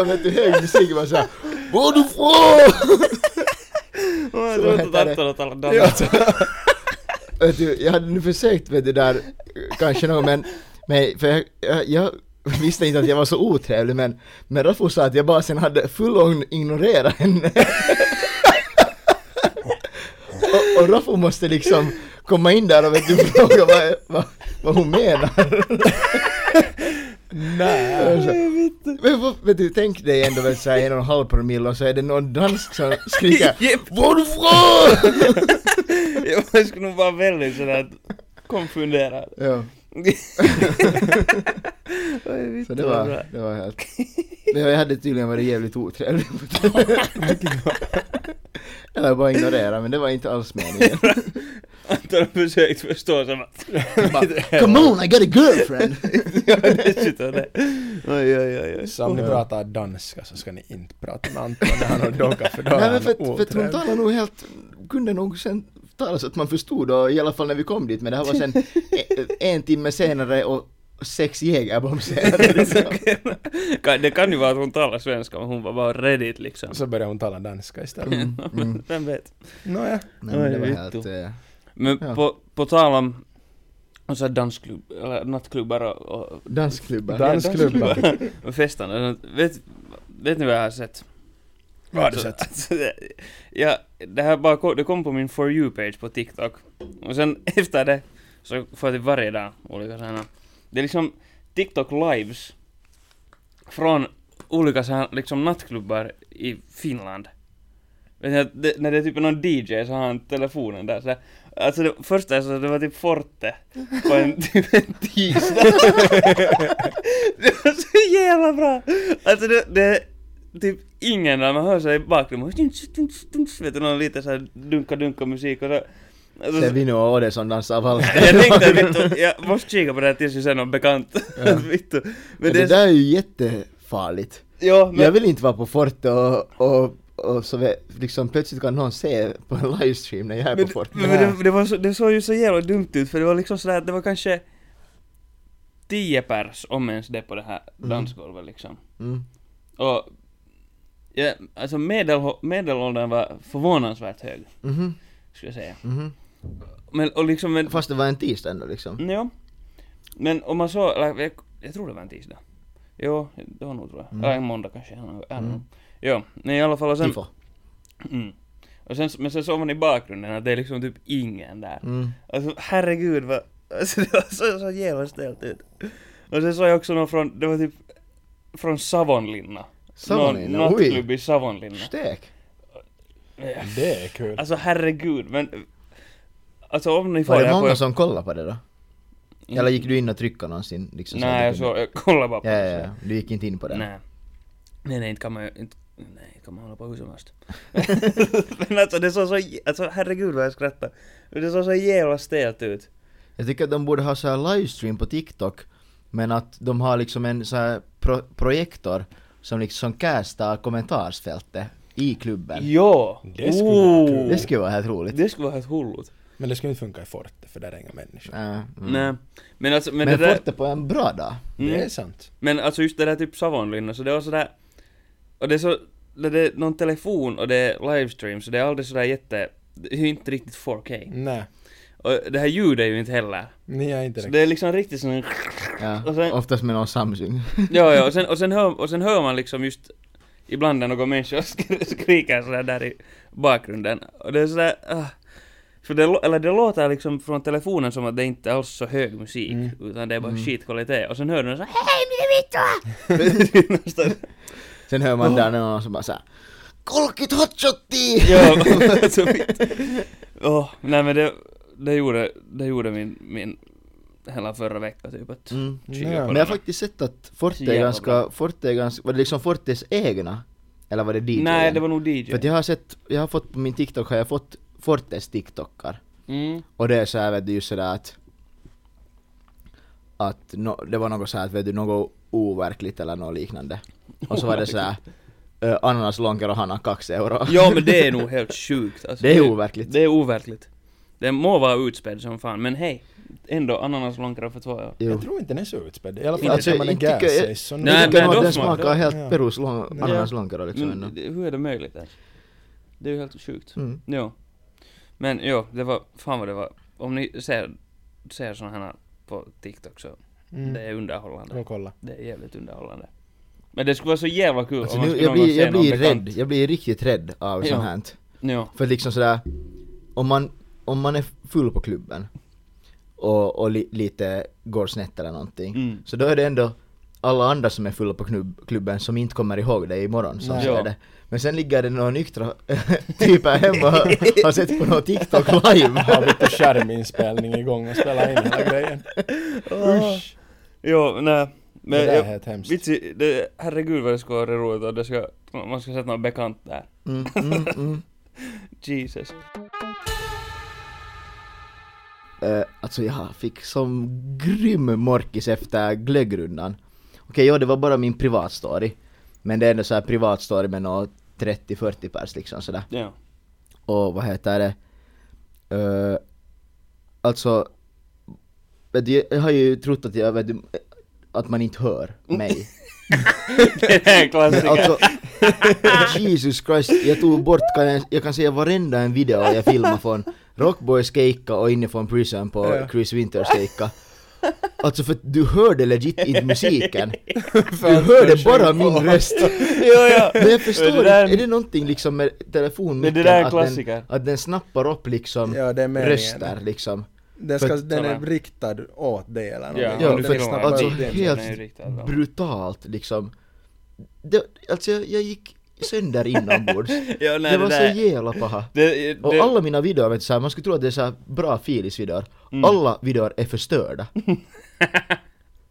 och vet du, hög musik var såhär Var är du från? Hon trodde heter att det. Anton talade danska. Vet Äh, du, jag hade nu försökt med det där kanske någon men, men för jag, jag, jag visste inte att jag var så otrevlig men, men Raffo sa att jag bara sen hade full-on ignorerat henne. [LAUGHS] och, och Raffo måste liksom komma in där och vet du, fråga vad, vad, vad hon menar. Nej. [LAUGHS] Men vad- vet du, tänk dig ändå vet, så här, en och en halv promille och så är det någon dansk som skriker [LAUGHS] Jep. Var du från? [LAUGHS] Jag skulle nog vara väldigt sådär konfunderad. Ja. Så det var, det var helt... Men jag hade tydligen varit jävligt otrevlig mot Eller bara ignorera, men det var inte alls meningen. Anton har försökt förstå som att... Bara, Come on, I got a girlfriend! [LAUGHS] Ja, dessutom [LAUGHS] det. Oj, oj, oj, oj. Så om ni pratar danska så ska ni inte prata med Anton när han har docka för då är Nej men han för, att- för att hon otrevlig. talade nog helt... Kunde nog sen tala så att man förstod och i alla fall när vi kom dit, men det här var sen en, en timme senare och sex jägarbomb senare. [LAUGHS] liksom. Kan- Det kan ju vara att hon talar svenska, men hon var bara redigt liksom. Så börjar hon tala danska istället. [LAUGHS] Mm. Vem vet? Nåja. Nej, men det var Oj, helt... vittu. eh, Men Ja. på, på tal om och så här dansklubb, eller nattklubbar och, och Dansklubbar. Dan- Dansklubbar. [LAUGHS] och festande. och sånt. Vet, vet ni vad jag har sett? Vad har du Så- sett? alltså, det- ja, det här bara kom, det kom på min For You-page på TikTok. Och sen [LAUGHS] efter det så får jag typ varje dag olika sådana. Det är liksom TikTok lives från olika sådana liksom nattklubbar i Finland. Vet ni att det, när det är typ någon DJ så har han telefonen där så här. Alltså det första så det var typ Forte på en, [LAUGHS] typ en tisdag. [LAUGHS] det var så jävla bra! Alltså det, det typ ingen när man hör sig i bakgrunden, dunch, dunch, dunch, vet du, någon lite såhär dunka-dunka-musik och så... Alltså, Det är vi nu och Odesson dansar [LAUGHS] vals. jag tänkte att vittu, jag måste kika på det här tills jag ser någon bekant. [LAUGHS] vittu. Men, Men det, det, är där är ju jättefarligt. Ja, men... Jag vill inte vara på Forte och, och, och så vet, liksom plötsligt kan någon se på en livestream när jag är men, på Forte. men det, det, var så, det såg ju så jävla dumt ut för det var liksom sådär att det var kanske tio pers om ens det på det här dansgolvet liksom. Mm. Och ja, alltså medel, medelåldern var förvånansvärt hög, Mhm, skulle jag säga. mhm. Men och liksom... Men, Mm. Fast det var en tisdag ändå liksom. Ja. Men om man såg, eller, jag jag tror det var en tisdag. Jo, det var nog tror Mm. jag. Eller en måndag kanske. I don't know. Jo, men i alla fall och sen... Tifo. Mm. Och sen, men sen såg man i bakgrunden att det är liksom typ ingen där. Mm. Alltså herregud vad... Alltså [LAUGHS] det var så, så jävla stelt ut. Och sen såg jag också någon från, det var typ från Savonlinna. Savonlinna, Någon oj. nattklubb i Savonlinna. Stek. Det är kul. Alltså herregud men... Alltså om ni får Var det här många som kollade på det då? Eller gick du in och tryckte någonsin? Liksom, så att du Nej jag kunde- såg, jag kollade bara på Ja, det, ja, så jag- ja. Du gick inte in på det? Nej. Nej, nej, inte kan man ju- inte, nej, inte kan man hålla på hur [LAUGHS] som helst. Men alltså det såg så, jä- alltså herregud vad jag skrattade. Men Det såg så jävla stelt ut. Jag tycker att de borde ha så här livestream på TikTok men att de har liksom en så här pro- projektor som liksom castar kommentarsfältet i klubben. Ja! Det skulle vara Oh! kul. Det skulle vara helt roligt. Det skulle vara helt hullut. Men det skulle inte funka i Forte för där är inga människor. Äh, mm. Nej. Men alltså, men, Men det där, Forte på en bra dag. Det är mm, sant. men alltså just det där typ Savonlinna, så det var sådär, och det är så, när det är någon telefon och det är livestream så det är aldrig sådär jätte, det är ju inte riktigt 4K. Nej, Och det här ljudet är ju inte heller. ni är inte Så det. det är liksom riktigt sån Ja. Och sen- Oftast med någon Samsung. Ja, ja, och sen, och sen, hör, och sen hör man liksom just ibland när någon människa [LAUGHS] sk- skriker sådär där i bakgrunden. Och det är sådär, ah. För det, lå- eller det låter liksom från telefonen som att det inte alls är så hög musik, Mm. utan det är bara skitkvalitet. Och sen hör du [LAUGHS] någon såhär [LAUGHS] Sen hör man där någon som bara såhär Kolkit hotshotti! Ja, så mitt. Åh, nej men det, det gjorde, det gjorde min, min hela förra vecka typ att Mm. kika Nej. på Men jag den här. har faktiskt sett att Så Forte är jävla ganska, bra. Forte är ganska, var det liksom Fortes egna? Eller var det DJ? Nej, det var nog DJ. För att jag har sett, jag har fått på min TikTok, har jag fått Fortes TikTokar. Mm. Och det är så här, vet du, just sådär att... Att nå- det var något så här, vet du, något overkligt eller något liknande. Och så var det så här, eh, ananas långkar och hana kax euro. [LAUGHS] Ja men det är nog helt sjukt alltså, Det är overkligt. Det är overkligt. Den må vara utspädd som fan, men hej. Ändå ananas långkrav för två öre. [LAUGHS] Jo. Jag tror inte den är så utspädd. I alla fall Inte- inte när man är Alltså, inte tycker jag- gas så Nej, Jag tycker men nog att då Mm. den får man- smakar helt Ja. perus lång, Ja. ananas långkar liksom ändå. Men det- hur är det möjligt ens? Det är ju helt sjukt. Mm. Jo. Men jo, det var, fan vad det var. Om ni ser, ser såna här på TikTok så, det Mm. är underhållande. Gå och kolla. Det är jävligt underhållande. Men det skulle vara så jävla kul Alltså om man nu, skulle jag någon gång blir, se jag någon blir bekant. rädd, jag blir riktigt rädd av Ja. sånt här. Jo. För liksom sådär, om man, om man är full på klubben och, och li, lite går snett eller någonting. Mm. Så då är det ändå alla andra som är fulla på knubb, klubben som inte kommer ihåg det imorgon som Nej. ser Ja. det. Men sen ligger det några nyktra [LAUGHS] typer hemma och har sett på någon TikTok live. [LAUGHS] Har vi på skärminspelning igång och spela in [LAUGHS] hela grejen. Usch! Jo, nej. Men Det där är jag, helt hemskt. vitsi, det, herregud vad det skulle vara roligt om det ska, om man ska sätta någon bekant där. Mm, mm, mm. Jesus. Eh, alltså jag fick som grym morkis efter glöggrundan. Okej, ja det var bara min privatstory. Men det är ändå så här privatstory med nå 30-40 pers liksom sådär. Ja. [LAUGHS] och vad heter det? Eh, alltså, vet du, jag har ju trott att jag, vet du, att man inte hör mig. Det är en Men klassiker. alltså, Jesus Christ, jag tog bort, kan jag, jag kan säga varenda en video jag filmar från Rockboys keikka och inifrån Prison på Ja. Chris Winters keikka. Alltså för att du hörde legit inte musiken. Du hörde bara min röst. jo, jo. [LAUGHS] Men jag förstår det inte, där, är det någonting liksom med Men telefonmicken? det där är en att klassiker. den, att den snappar upp liksom Ja, det är meningen. röster liksom. Den, ska, För- den är Sådär. riktad åt dig eller någonting. Ja, Ja, Om du den filmar snappar alltså upp din- helt- helt den är ju riktad, va? brutalt liksom. Det, alltså jag, jag gick sönder inombords. [LAUGHS] Ja, nej, det var där- så jävla paha. Det, det, Och alla mina videor, vet du, så här, man skulle tro att det är så här bra filis-videor. Mm. Alla videor är [LAUGHS] förstörda.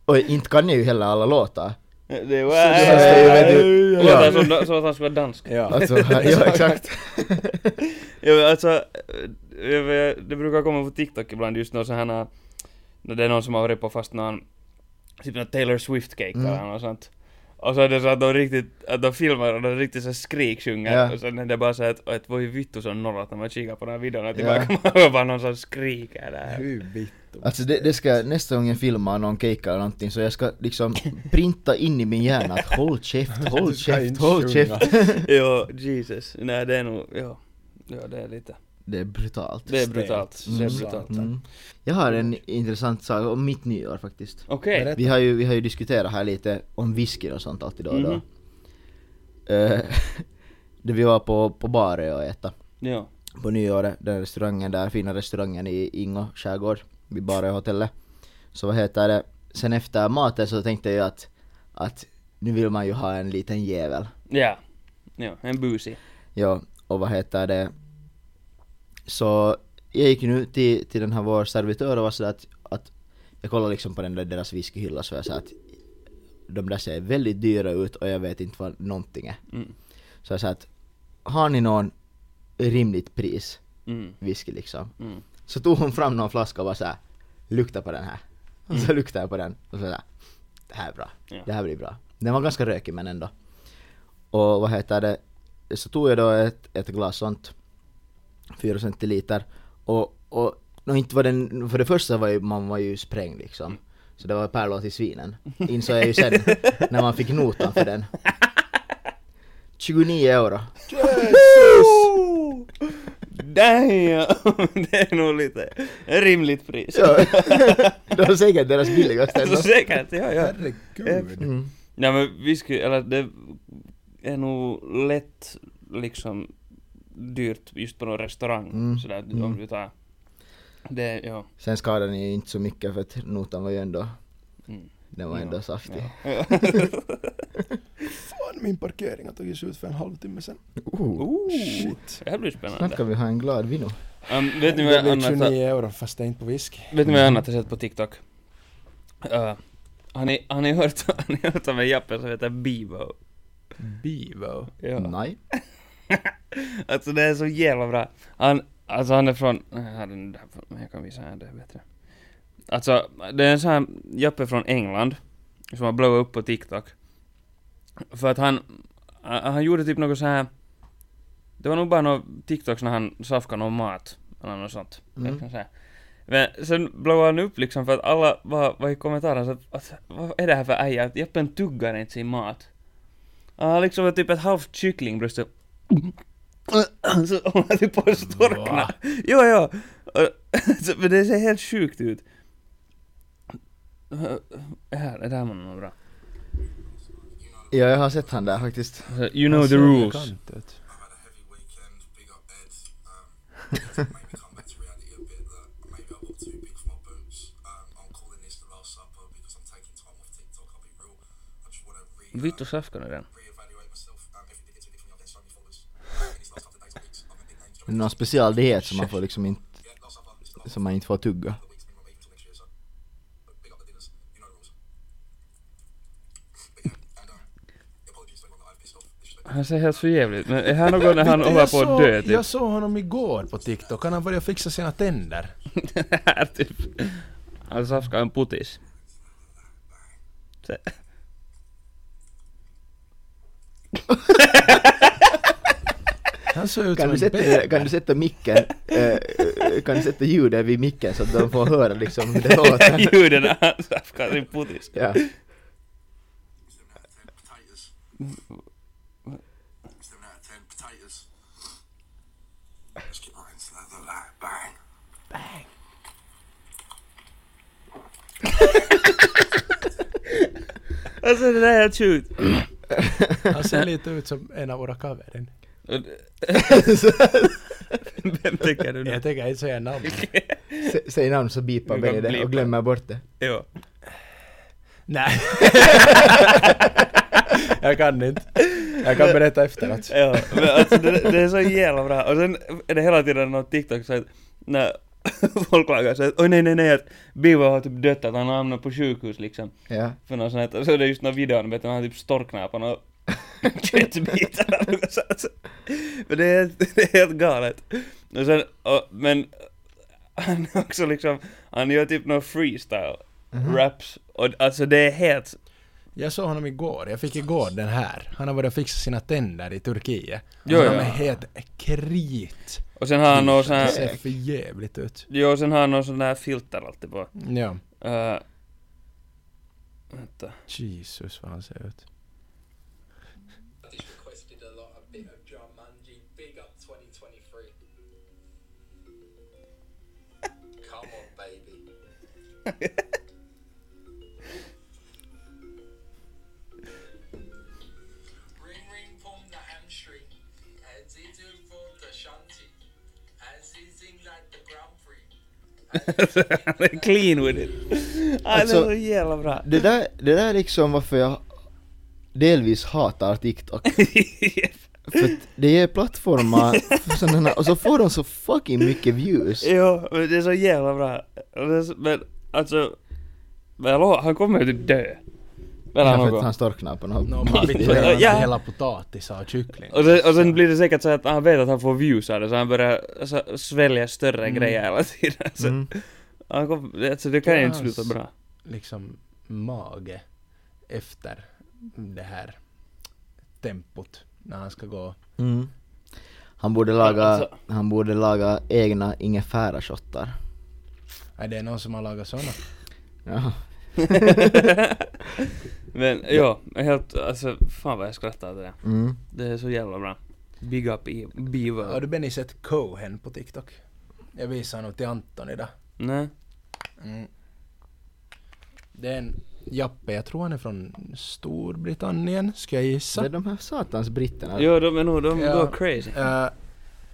Och inte kan jag ju heller alla låtar. det Så det är ju väldigt- Låter Ja. som da- som att han skulle vara dansk. [LAUGHS] Ja. Alltså, [LAUGHS] [LAUGHS] ja exakt. Ja, men alltså, eh, jag- det brukar komma på TikTok ibland just någon sån här, eh, när det är någon som har varit på fast någon, typ någon Taylor Swift-cake Mm. eller något sånt. Och så är det så att de riktigt, att de filmar och de riktigt så skriksjunger Ja. och sen är det bara så att, att voi vittu se on nollat när man kikar på de här videorna Ja. tillbaka, man hör bara någon som [LAUGHS] skriker där. Hur vittu. Alltså det, det ska, jag- nästa gång jag filmar någon cake eller någonting så jag ska liksom printa in i min hjärna att håll [LAUGHS] käft, håll Du ska käft, inte håll sjunga. käft. jo, Jesus. Nej, det är nog, jo. Ja, det är lite. Det är brutalt. Det är brutalt. Det är Mm. brutalt. Mm. Jag har en intressant sak om mitt nyår faktiskt. Okej. Berätta. Vi har ju, vi har ju diskuterat här lite om whisky och sånt alltid då och då. Mhm. Eh, [LAUGHS] Då vi var på, på Barö och äta Ja. på nyåret, den restaurangen där, fina restaurangen i Ingo skärgård, vid Baröhotellet. Så vad heter det, sen efter maten så tänkte jag att, att nu vill man ju ha en liten jävel. Ja. Ja, en busig. Ja, och vad heter det? Så jag gick nu till, till den här vår servitör och var sådär att, att jag kollade liksom på den där deras whiskyhylla så jag sa att de där ser väldigt dyra ut och jag vet inte vad någonting är. Mm. Så jag sa att har ni någon rimligt pris Mm. whisky liksom? Mm. Så tog hon fram någon flaska och bara såhär Lukta på den här. Och så luktade jag på den och så där. Det här är bra. Mm. Ja. Det här blir bra. Den var ganska rökig men ändå. Och vad heter det? Så tog jag då ett, ett glas sånt. 4 centiliter. Och, och nå, inte var den, för det första var ju, man var ju sprängd Mm. liksom. Så det var pärlor till svinen. Insåg jag ju [LAUGHS] sen när man fick notan för den. 29 [LAUGHS] euro. Damn! [LAUGHS] Det är nog lite ett rimligt pris. [LAUGHS] Alltså, Ja. [LAUGHS] det var säkert deras billigaste ändå. Så säkert, ja ja. Herregud. Mm. Nej men vi skulle, eller det är nog lätt liksom dyrt just på någon restaurang Mm, sådär om mm. du tar det, ja. Sen skadade den ju inte så mycket för att notan var ju ändå, Mm. den var ändå Ja, saftig. ja. Fan, min parkering har tagit slut för en halvtimme sen. Oh, Ooh, Shit. Det här blir snart spännande. kan vi ha en glad vino. Um, vet ni vad Det jag blev annat har- 29 euro fast det är inte på whisky. Vet ni vad jag annat har sett på TikTok? Uh, har, ni, har ni hört, [LAUGHS] har ni hört om en jappe som heter Bibo? Bivo. Ja. Nej. Alltså det är så jävla bra. Han, alltså han är från, jag hade den där, på- men jag kan visa här, det är bättre. Alltså, det är en sån här jappe från England, som har blowat upp på TikTok. För att han, han han gjorde typ något så här. det var nog bara något TikToks när han safkade någon mat, eller något sånt. Mm. Liksom så här. Men sen blowade han upp liksom för att alla var, var i kommentarerna så att, att vad är det här för äja? Att jappen tuggar inte sin mat. Han har liksom typ ett halvt kycklingbröst och så håller han typ på att storkna. Va? Jo, jo. Och- så- Alltså, Men det ser helt sjukt ut. Här, det här var nog bra. Ja, jag har sett han där faktiskt. [LAUGHS] Så, You know the rules. I've had a heavy weekend, big up Ed. Um, it's made me come back to reality a bit that maybe I look too big for my boots. Um, I'm calling this the last supper because I'm taking time off TikTok, I'll be real. I just want to re- uh, Vitt och safkan är den. reevaluate myself. Um, everything gets ridiculous, I've gained so many followers. Um, in these last couple of days and weeks, I've been big names. Någon special diet som man får liksom inte, Yeah, last supper, it's the last som man inte får tugga. couple of weeks, been my mate until next year, so. But big up the dinners, you know the rules. But yeah, and um, apologies to anyone that I've pissed off. It's just like, Han ser helt förjävlig ut. Men är här någon när han håller på att dö typ? Jag såg honom igår på TikTok, han har börjat fixa sina tänder. Här [LAUGHS] typ. Han safkar en putis. Se. Han såg ut Kan som du en sätta, bebis. kan du sätta micken, eh, kan du sätta ljudet vid micken så att de får höra liksom [LAUGHS] hur det låter? Ljuden när han safkar sin putis. Ja. It's them out of ten potatoes. It's them out of ten potatoes. Let's get right into that. Look like bang. Alltså det där är helt sjukt. Han ser lite ut som en av våra kaverin. Och det- Vem tänker du nu? Jag tänker inte säga namn. [LAUGHS] S- Säg namn så beepar Vi Benny kan det bleepa. och glömmer bort det. Jo. Nej. jag kan inte. Jag kan berätta efteråt. Ja, men alltså det, det är så jävla bra. Och sen är det hela tiden något TikTok så att [LAUGHS] när folk klagar så att oj nej nej nej att Bivo har typ dött, att han har hamnat på sjukhus liksom. Ja. För något sånt här, och så är det just någon videon vet du, han har typ storknar på några köttbitar eller något sånt. Så- Men det är, helt- det är helt galet. Och sen, och, men [LAUGHS] han är också liksom, han gör typ någon freestyle raps och alltså det är helt Jag såg honom igår, jag fick igår den här. Han har börjat fixa sina tänder i Turkiet. Jo, han ja. är helt krit. och sen har han någon sån Det här, ser för jävligt ut. jo sen har han någon sån där filter alltid på. Ja. Uh, vänta. [LAUGHS] Jesus vad han ser ut. I just requested a lot, a bit of Jumanji. Big up 2023. Ring ring pom the hamstring. As he do for the shanty. As he sing like the Grand Prix. Han är clean with it. Ah, det Alltså- var så jävla [LAUGHS] bra. Det där, det där är liksom varför jag delvis hatar TikTok. För att det ger [LAUGHS] plattformar för sådana och så får de så fucking mycket views. Jo, men det är så jävla bra. Och det är så- Men alltså... Men hallå, han kommer ju typ dö. Mellan Kanske att han något. storknar på No, något. man Mm. vill Ja. ju Ja. ja. hela potatisar och kyckling. Och, sen, och sen blir det säkert så att han vet att han får views av det, så han börjar så, svälja större grejer hela tiden. Så, Mm. han kom, alltså, det kan ju inte Yes. sluta [LAUGHS] bra. Liksom mage efter det här tempot när han ska gå. Mm. Han borde laga, Alltså- han borde laga egna ingefärashottar. Är det någon som har lagat såna? Ja. Men ja, helt, alltså fan vad jag skrattar åt det där. Mm. Det är så jävla bra. Big up i- Har Beaver. du Benny sett Cohen på TikTok? Jag visade nog till Anton idag. Nej. Mm. Det är en jappe, jag tror han är från Storbritannien, ska jag Det är gissa. de här satans britterna. Jo, de är nog, de Ja. går [LAUGHS] crazy. Eh,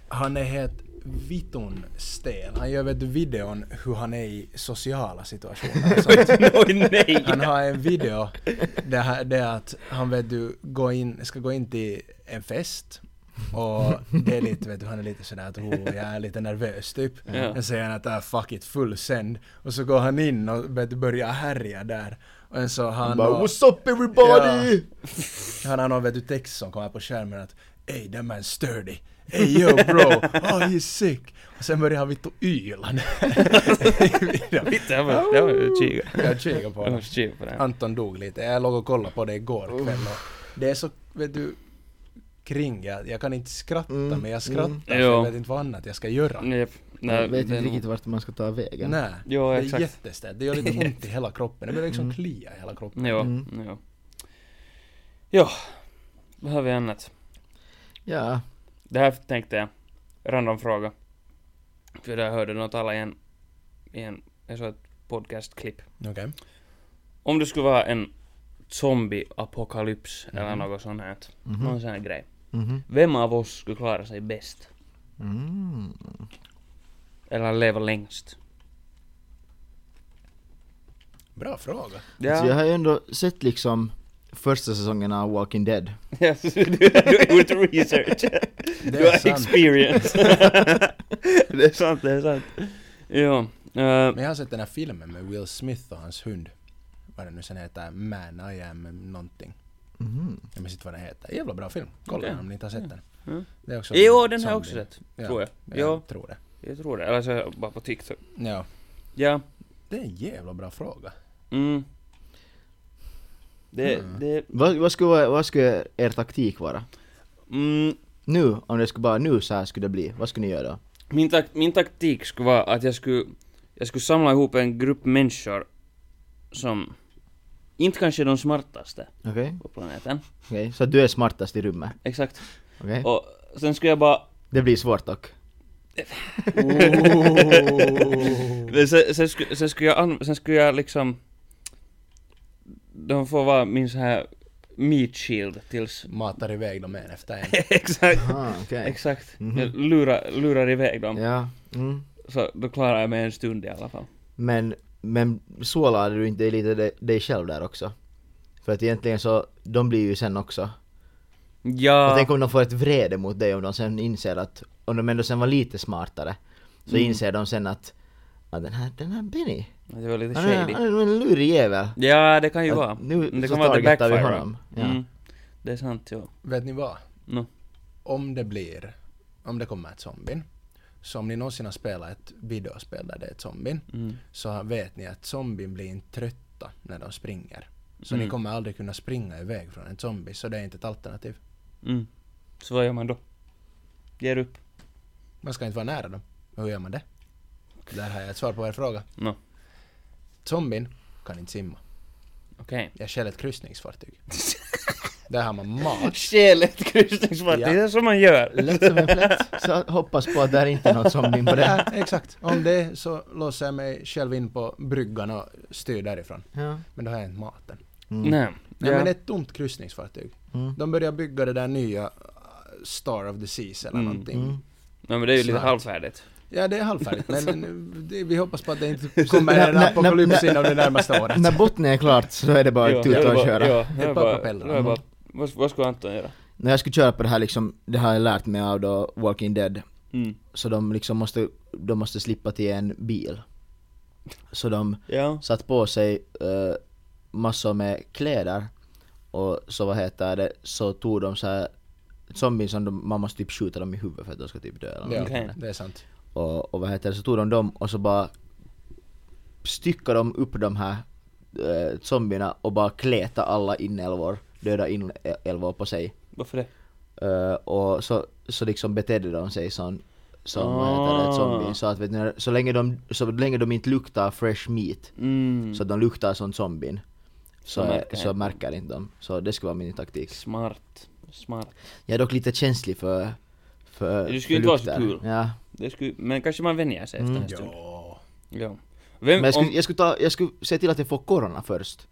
han är helt vitton stel. Han gör vet du, videon hur han är i sociala situationer. och [LAUGHS] sånt. Oj nej! Han har en video där, han- det är att han vet du, går in, ska gå in till en fest och det är lite, vet du, han är lite sådär att oh, jag är lite nervös typ. Ja. Sen säger han att ah, fuck it, full send. Och så går han in och vet du, börjar härja där. Och sen så har han Bara, då- What's up everybody? han har någon vet du, text som kommer på skärmen att Ey that man's sturdy. Ey yo bro, oh he's sick. Och sen börjar han vitt och [LAUGHS] yla. Vitt, jag var- jag var kika. jag kikar på Jag honom. måste kika på det. här. Anton dog lite. Jag låg och kollade på det igår kväll och det är så, vet du, kring jag, jag kan inte skratta Mm, men jag skrattar mm. för jag Jo. vet inte vad annat jag ska göra. Japp. Jag Nej, vet det inte är nog- riktigt vart man ska ta vägen. Nej, Jo, det är exakt. Mm. jättestelt. Det gör lite [LAUGHS] ont i hela kroppen. Det börjar liksom klia i hela kroppen. Jo, Mm. jo. Jo. Behöver vi annat? Ja, Det här tänkte jag. Random fråga. För jag hörde något alla i en... I en... Jag såg ett podcastklipp. Mm. Okej. Om det skulle vara en zombie-apokalyps eller något sånt här. Någon sån här grej. Mhm. Vem av oss skulle klara sig bäst? Mm. Eller leva längst? Bra fråga. Alltså, Så Alltså, [LAUGHS] jag har ju ändå sett liksom första säsongen av Walking Dead. Yes, du har gjort research. Det Du är har sant. experience. [LAUGHS] det är sant, det är sant. Jo. eh, Men jag har sett den här filmen med Will Smith och hans hund. Vad den nu sen heter, Man I am någonting. Mhm. Jag minns inte vad den heter. Jävla bra film. Kolla Okej. den om ni inte har sett den. Mm. Det är också Jo, en den har jag också zombie. sett. tror jag. Ja, Ja. jag tror det. Jag tror det. Eller så är jag bara på TikTok. Ja. Ja. Det är en jävla bra fråga. Mm. Det, Mm. det, Vad, vad, skulle, vara- vad skulle er taktik vara? mm, Nu, om det skulle bara nu så här skulle det bli, vad skulle ni göra då? min, tak, min taktik skulle vara att jag skulle, jag skulle samla ihop en grupp människor som inte kanske är de smartaste Okej? på planeten. Okej, så du är smartast i rummet. Exakt. Okej? Och sen skulle jag bara Det blir svårt dock. Men sen, sen, sku, sen skulle jag an, sen skulle jag liksom De får vara min så här meat shield tills [LAUGHS] Matar iväg dem en efter en. Exakt, Ah, okej. exakt Mhm. Jag lurar, lurar iväg dem Ja. Mm. Så då klarar jag mig en stund i alla fall Men, men sålade du inte lite dig- dig själv där också? För att egentligen så, de blir ju sen också. Och Ja, tänk om de får ett vrede mot dig om de sen inser att, om de ändå sen var lite smartare, så Mm. inser de sen att, ja den här, den här Benny, det var lite han är, shady han är nog en lurig jävel. Ja, det kan ju Ah, Att vara nu Men Det så kan vara att det targetar vi backfire honom. Ja. mm. Det är sant, ja Vet ni vad? no. Om det blir, om det kommer ett zombie. Så om ni någonsin har spelat ett videospel där det är ett zombie. mm. så vet ni att zombien blir inte trötta när de springer. Så Mm. ni kommer aldrig kunna springa iväg från en zombie, så det är inte ett alternativ. Mm. Så vad gör man då? Ger upp? Man ska inte vara nära dem. Hur gör man det? Där har jag ett svar på er fråga. Nå. Zombien kan inte simma. Okej Jag stjäl ett kryssningsfartyg. [LAUGHS] Där har man mat. Stjäl ett kryssningsfartyg, [LAUGHS] Ja. det är så man gör. Lätt som en plätt. Så hoppas på att det här inte är något som din på det Ja, här. exakt. Om det är så låser jag mig själv in på bryggan och styr därifrån. Ja. Men då har jag inte maten. Mm. Nej. Nej Ja. men det är ett tomt kryssningsfartyg. Mm. De börjar bygga det där nya uh, Star of the Seas eller Mm. någonting. Mm. Nej, men det är ju lite Snart. halvfärdigt. Ja det är [LAUGHS] halvfärdigt men eh, det, vi hoppas på att det inte kommer när- en när- apokalyps när- inom det närmaste året. När botten är klart så är det bara att Ja, tuta jag och bara- köra. Ja, Det är jag bara bara, Mm. propeller. jag bara, vad, vad skulle Anton göra? När jag skulle köra på det här liksom, det har jag lärt mig av då Walking Dead. Mm. Så de liksom måste, de måste slippa till en bil. Så de Ja. satt på sig eh, massor med kläder. Och så vad heter det, så tog de så här zombies som de, man måste typ skjuta dem i huvudet för att de ska typ dö eller något. Ja, Okej. det är sant. och, och vad heter det, så tog de dem och så bara styckade de upp de här eh, zombierna och bara kleta alla inälvor, döda inälvor på sig. Varför det? Eh, och så, så liksom betedde de sig som, som Ah. vad heter det, zombie. Så att vet ni, när- så länge de, så länge de inte luktar fresh meat, Mm. så att de luktar som zombien, så, Så är- märker så jag. märker inte de. Så det skulle vara min taktik. Smart. Smart. Jag är dock lite känslig för för, Du skulle för inte vara så lukter. kul. Ja. Det skulle, men kanske man vänjer sig efter Mm. en stund. Ja. Ja. Vem, Men jag skulle, om, jag, skulle ta, jag skulle se till att jag får corona först.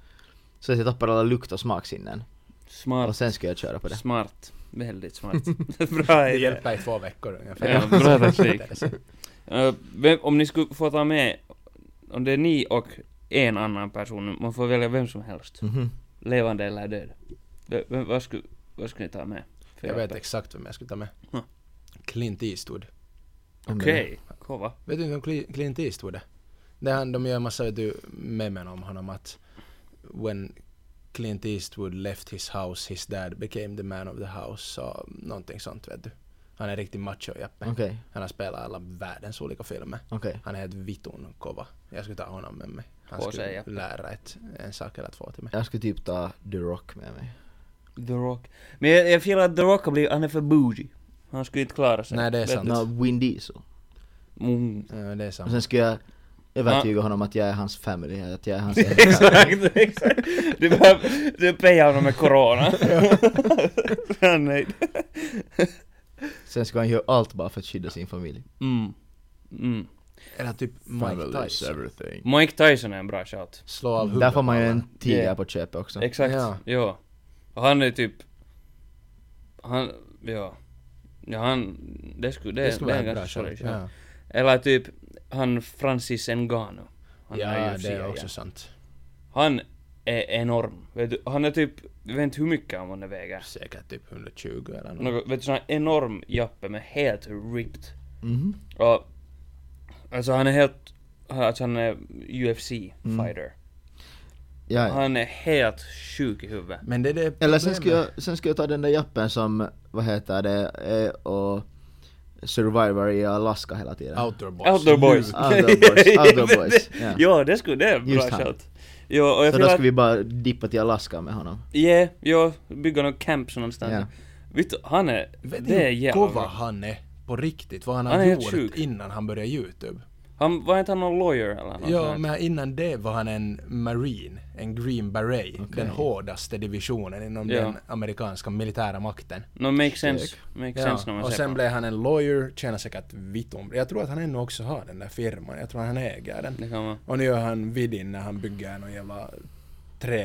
Så att jag tappar alla lukt och smaksinnen. Och smart. sen ska jag köra på det. Smart. Väldigt [LAUGHS] smart. Bra Det idé. hjälper i två veckor ungefär. Ja, bra taktik. Eh, vem, om ni skulle få ta med, om det är ni och en annan person, man får välja vem som helst, Mhm. levande eller död. V- Vem, vad, skulle, vad skulle ni ta med? För Jag vet Japan? exakt vem jag skulle ta med. Huh. Clint Eastwood. Okej, kova. Vet du inte om Cli- Clint Eastwood är? Det är han, de gör en massa vet du, memen om honom att When Clint Eastwood left his house, his dad became the man of the house. Så någonting sånt vet du. Han är riktigt macho Jappe. Okej, Han har spelat alla världens olika filmer. okej. Han är helt vitun kova. Jag skulle ta honom med mig. Han Kåse, skulle Jappe. lära ett, en sak eller två till mig. Jag skulle typ ta The Rock med mig. The Rock. Men jag, jag feelar att The Rock har blivit, han är för bougie. Han skulle inte klara sig. Nej, det är Vet sant. du? Nå, Vin Diesel. Mm. [LAUGHS] Eh, Det är Och samma. sen ska jag övertyga honom att jag är hans family, att jag är [LAUGHS] hans... exakt, exakt. Du behöver, du pejar honom med [LAUGHS] corona. Ja, Nej. sen ska han göra allt bara för att skydda sin familj. Mm. Mm. Eller typ Mike Tyson. everything. Mike Tyson är en bra shout. Slå av huvudet. Där får man ju på alla. en tiger Yeah. på köpet också. Exakt, Ja. ja. Och han är typ... Han, ja. Ja han, det skulle, det, Det det, skulle vara är en en bra ganska show. sorglig shout. Ja, Eller typ, han Francis Ngannou. Han ja UFC det är igen. också sant. Han är enorm. Vet du, han är typ, jag vet inte hur mycket han vann väger. Säkert typ 120 eller något. Någon, vet du, sån här enorm jappe med helt ripped. Mhm. Och, alltså han är helt, alltså han är Mm. UFC-fighter. Ja, ja. Han är helt sjuk i huvudet. Men det är det Eller sen problemet. ska, jag, sen ska jag ta den där jappen som, vad heter det, är och survivor i Alaska hela tiden. Outdoor boys. Outdoor boys. Outdoor boys, outdoor Men boys, [LAUGHS] det- ja. Ja, det skulle, det är en bra Just han. shout. Jo, och jag Så då tror ska att, vi bara dippa till Alaska med honom. ja, ja, bygga någon camp så någonstans. Ja. Vet du, han är, Vet det är ni hur jävla kova bra. han är på riktigt? Vad han har Han är helt gjort sjuk. innan han började YouTube? Han, var inte han någon lawyer eller något sånt ja, här? men innan det var han en marine, en green beret. Den hårdaste divisionen inom Ja. den amerikanska militära makten. No, makes sense. Makes sense när man och ser sen på blev han en lawyer, tjänar säkert vitt om. Jag tror att han ännu också har den där firman. Jag tror han äger den. Det kan man. Och nu gör han vidin när han bygger någon jävla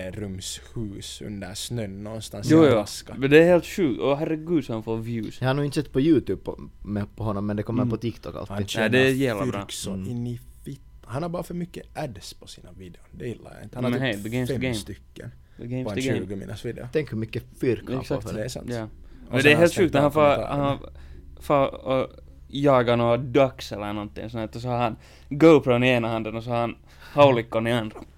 trerumshus under snön någonstans Jo, i jo. Alaska. Men det är helt sjukt. Och herregud så han får views. Jag har nog inte sett på YouTube på, med, på honom men det kommer på TikTok Han alltid. tjänar det Mm. är jävla bra. fyrk så in i fitt- Han har bara för mycket ads på sina videor. Det gillar jag inte. Han har Men typ hey, the game's the fem game. stycken The game's på en the game. 20 minuters video. Tänk hur mycket fyrk han får Exakt. för Det det. är sant. Ja. sen Men det är har helt han sjukt när han stängt far, av han far och jagar några ducks eller någonting sånt och så har han GoPron i ena handen och så har han haulikon i andra. [LAUGHS]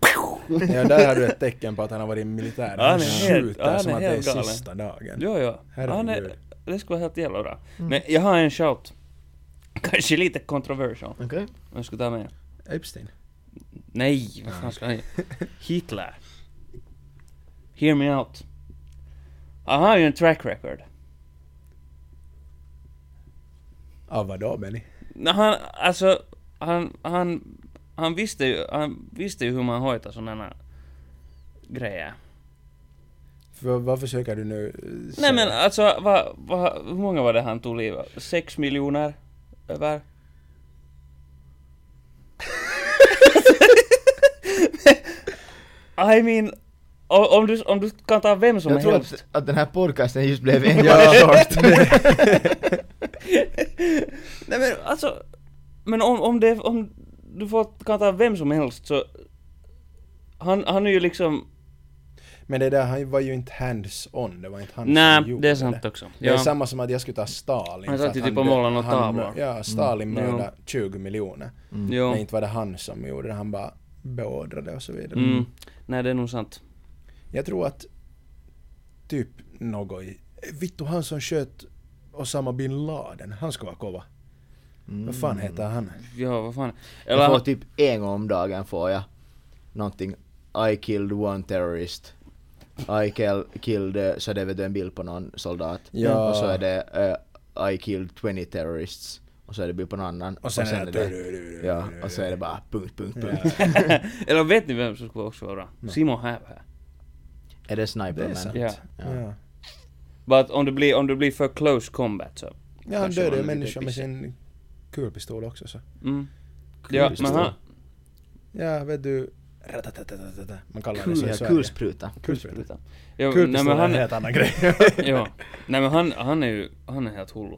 Ja, där har du ett tecken på att han har varit i militären. Han Han är helt- skjuter han är som att det är helt galen. sista dagen. Jo, jo. Han Herregud. Mm. är, det skulle vara helt jävla bra. Men jag har en shout. Kanske lite controversial. Okej. Jag ska ta med. Epstein. Nej, vad fan ska han Hitler. Hear me out. Han har ju en track record. Av vadå Benny? Nej, han, alltså, han, han, han visste ju, han visste ju hur man hojtar sådana grejer. För, vad försöker du nu eh, Nej säga? men alltså, vad, vad, hur många var det han tog livet av? Sex miljoner? Över? [LAUGHS] I mean, o- om du, om du kan ta vem som Jag tror helst. att, att den här podcasten just [LAUGHS] blev en jävla short. [LAUGHS] Nej men alltså, men om, om det, om du får, kan ta vem som helst så, han, han är ju liksom, Men det där han var ju inte hands-on, det var inte han nej som gjorde det är sant också. Det är Ja. samma som att jag skulle ta Stalin. Han för satt att ju typ och dö- målade något han- tavlor. Ja, Stalin Mm. mördade 20 miljoner. Jo. Men inte var det han som gjorde det, han bara beordrade och så vidare. Mm. Nej det är nog sant. Jag tror att typ något i... Vittu, han som sköt Osama bin Laden, han ska vara kova. Vad fan heter han? Ja vad fan. Eller, Jag får typ en gång om dagen får jag någonting. I killed one terrorist. I kill, killed, eh, så det är väl en bild på någon soldat. Ja. Och så är det eh, I killed 20 terrorists. Och så är det bild på någon annan. Och sen, är det... Ja, och så är det bara punkt, punkt, punkt. eller vet ni vem som skulle också vara bra? Simon Är Hävhä. det Det är Sniperman? sant. Ja. Ja. But om det blir, om det blir för close combat så. Ja, han Kanske dödade var ju lite människor med pissig. sin kulpistol också så. Mm. Ja, men han, Ja, vet du... ratatatatata, Man kallar det så i Kul, Sverige. kulspruta. Kulspruta. ja, nej, Kulpistol men är en han, helt annan grej. [LAUGHS] ja. nej men han, han är ju, han är helt hullu.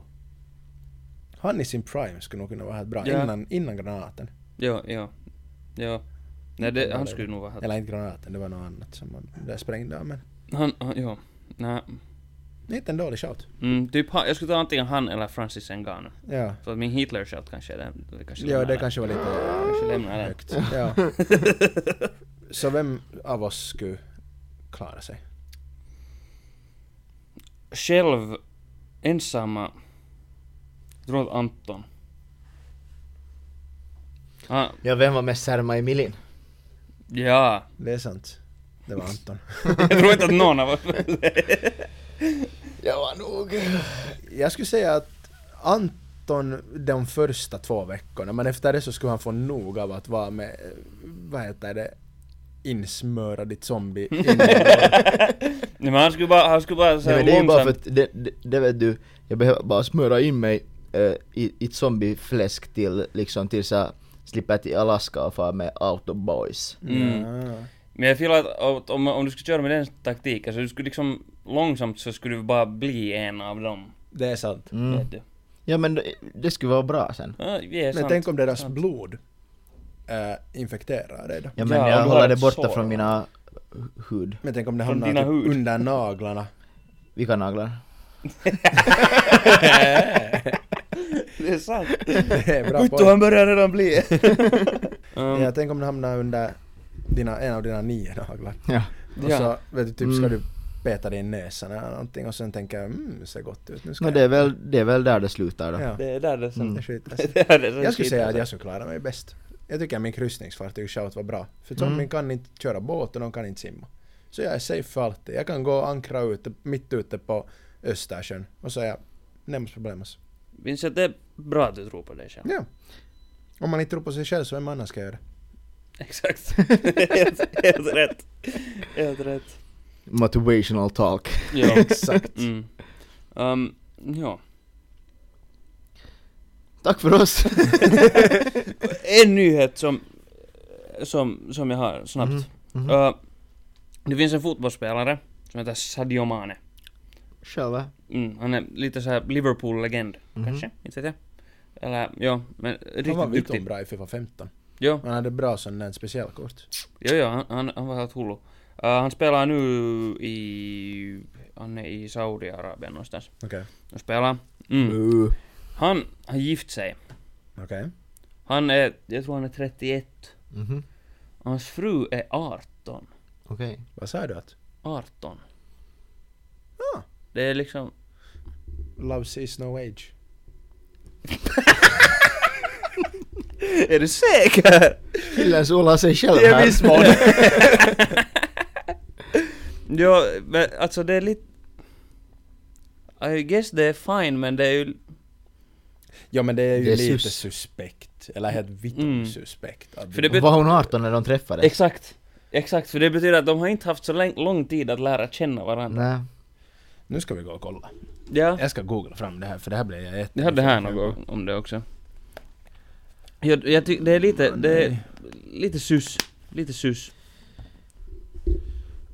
Han i sin prime skulle nog kunna vara helt bra. Ja. Innan, innan granaten. Ja, ja. Ja. Nej det, han skulle nog vara helt, Eller inte granaten, det var något annat som man där sprängde av men... han, han ja. Nej. Det är inte en dålig shout. Mm, typ han, jag skulle ta antingen han eller Francis Ngannou. Ja. För att min Hitler-shout kanske är den, det kanske Ja, lämnar det den. kanske var lite kanske lämnar den. högt. Ja. Så vem av oss skulle klara sig? Själv, ensamma, jag tror att Anton. Han, Ja, vem var mest särma i Milin? ja. Det är sant. Det var Anton. Jag tror inte att någon av oss... [LAUGHS] Jag var nog... Jag skulle säga att Anton de första två veckorna, men efter det så skulle han få nog av att vara med, eh, vad heter det, insmörad i zombie Nej men han skulle bara, han skulle bara Nej såhär men det är ju bara för långsamt... att, det, det, det vet du, jag behöver bara smöra in mig eh, i, i ett zombiefläsk till liksom tills jag slipper till Alaska och far med Auto Boys. Mm. Ja. Men jag feelar att- att om, om du skulle köra med den taktiken så du skulle liksom långsamt så skulle du bara bli en av dem. Det är sant. Mm. Vet du. Ja men det, det skulle vara bra sen. Ja, det är Men sant. tänk om deras blod äh, infekterar dig då. Ja men Ja, och jag du har håller det ett borta sår, från va? mina hu- hud. Men tänk om det Från hamnar dina typ hud. [LAUGHS] under naglarna. Vilka naglar? Det är sant. Det är bra Vittu poäng. han börjar redan bli... um, Ja, tänk om det hamnar under dina, en av dina nio naglar. Ja. Och Ja. så vet du, typ ska Mm. du peta dig i näsan eller någonting och sen tänker jag mm, ser gott ut. Nu ska No, det, är väl, det är väl där det slutar då. jag... Ja. Det är där det sen... Mm. Det skiter sig. [LAUGHS] Det är där det sen Jag skulle skiter säga att sig. jag skulle klara mig bäst. Jag tycker att min kryssningsfartyg-shout var bra. För zombien kan inte köra båt och de kan inte simma. Så jag är safe för alltid. Jag kan gå och ankra ute, mitt ute på Östersjön och säga nämns problemas. Vincent, det är bra att du tror på dig själv. Ja. Om man inte tror på sig själv så vem annan ska göra det? Exakt. [LAUGHS] helt, helt rätt. Helt rätt. Motivational talk. [LAUGHS] Ja. Exakt. Mm. Um, ja. Tack för oss! En nyhet som, som, som jag har snabbt. Mm-hmm. Mhm. Uh, det finns en fotbollsspelare som heter Sadio Mane. Själva. Mm, han är lite så här Liverpool-legend, Mhm. kanske? Inte vet jag. Eller, ja, men Mm-hmm. Han var riktigt vittom duktig. bra i Fifa 15. Jo, Han hade bra sån där specialkort. jo, jo, han, han, han var helt hullu. Uh, han spelar nu i... Han är i Saudiarabien någonstans. Okej. Och spelar. Mm. Uh. Han har gift sig. Okej. Han är, jag tror han är 31. Mhm. Hans fru är 18. Okej. Vad sa du att? 18. Ah. Det är liksom... Love sees no age. Är du säker? Killen solar sig själv I en här. viss mån. [LAUGHS] ja, men alltså det är lite... I guess det är fine men det är ju... Ja men det är ju Det är lite sus. suspekt. Eller helt vittom Mm. suspekt. att För du- det bet- Var hon 18 när de träffades? Exakt! Exakt, för det betyder att de har inte haft så lång, lång tid att lära känna varandra. Nej. Nu ska vi gå och kolla. Ja, [LAUGHS] Jag ska googla fram det här för det här blev jag jätte... jag hade här något om det också. Jag, jag tycker det är lite, det är lite sus. Lite sus.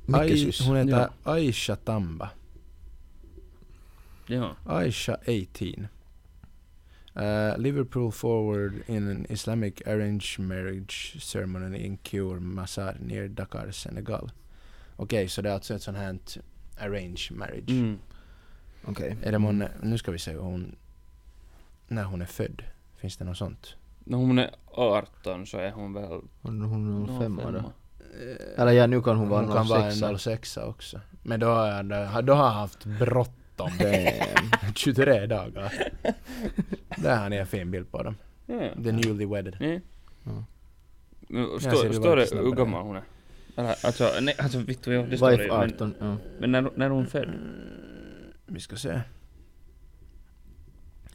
Ai- Mycket sus. Hon heter Aisha Tamba. Ja. Aisha 18. Uh, Liverpool forward in an Islamic arranged marriage ceremony in Kiour Mazar near Dakar, Senegal. Okej, så det är alltså ett sånt här ett arranged marriage. Mm. Okej. Är det månne, nu ska vi se hur hon, när hon är född. Finns det något sånt? När hon är 18 så är hon väl Hon, hon är fem år då. femma. Eller ja, nu kan hon vara Hon kan vara 06. en 06 också. Men då har jag, då har jag haft bråttom. Damn. 23 dagar. Där har ni en fin bild på dem. Ja. The newly wedded. Nej. Ja. Nu, Jag ser Står det står det verkligen hur snabbare. gammal hon är? Eller, alltså, nej, alltså Vittu, ja, det står det Wife ju, men- 18. Ja. Men när, när hon född? Vi ska se.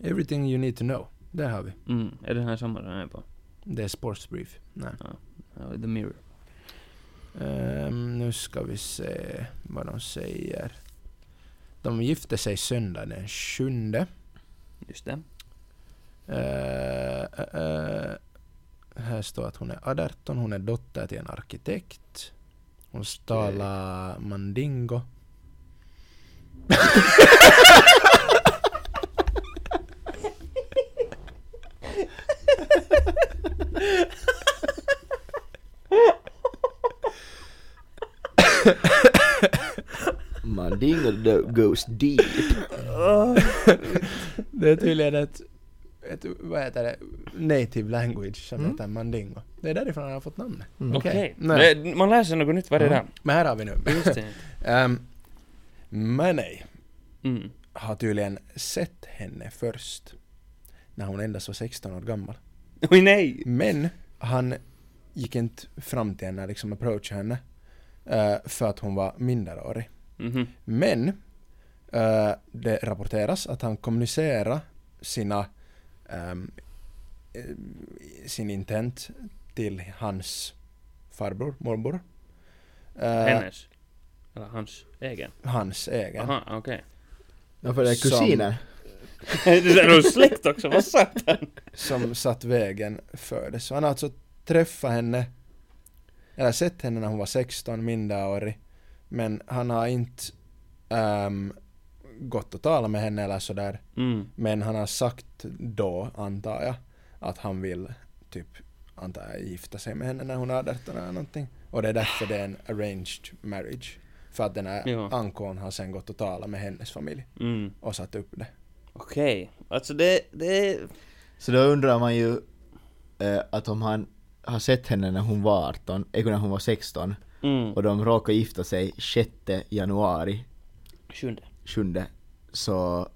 Everything you need to know. Där har vi. Mm, är den här samma den är på? Det är sportsbrief. Nej. Ja, The Mirror. Ehm, nu ska vi se vad de säger. De gifte sig söndag den sjunde. Just det. Eh, eh, eh. här står att hon är 18, hon är dotter till en arkitekt. Hon talar mandingo. Mandingo the goes deep. Det är tydligen ett, ett vad heter det, native language som heter mandingo. Det är därifrån han har fått namnet. Mm. Okej. Nej. Det- Man lär sig något nytt varje dag. Men här har vi nu. [LAUGHS] Just det. Um, Manny Mm. har tydligen sett henne först när hon endast var 16 år gammal. Oj nej! Men han gick inte fram till henne, liksom approachade henne. eh, för att hon var minderårig. Mhm. Men eh, det rapporteras att han kommunicerar sina ehm, eh, sin intent till hans farbror, morbror. Eh, Hennes. Eller hans egen. Hans egen. Aha, okej. Ja, för det är Som- kusiner. det är nog släkt också, vad satan! som satt vägen för det. Så han har alltså träffat henne, eller sett henne när hon var 16, minderårig. Men han har inte ehm, gått och talat med henne eller sådär. Mm. Men han har sagt då, antar jag, att han vill typ, antar jag, gifta sig med henne när hon är 18 eller någonting. Och det är därför det är en arranged marriage. För att den här Ja. ankon har sen gått och talat med hennes familj Mm. och satt upp det. Okej. Alltså det, det... Så då undrar man ju eh, att om han har sett henne när hon var 18, eller när hon var 16 Mm. och de råkar gifta sig 6 januari, Sjunde. 7 så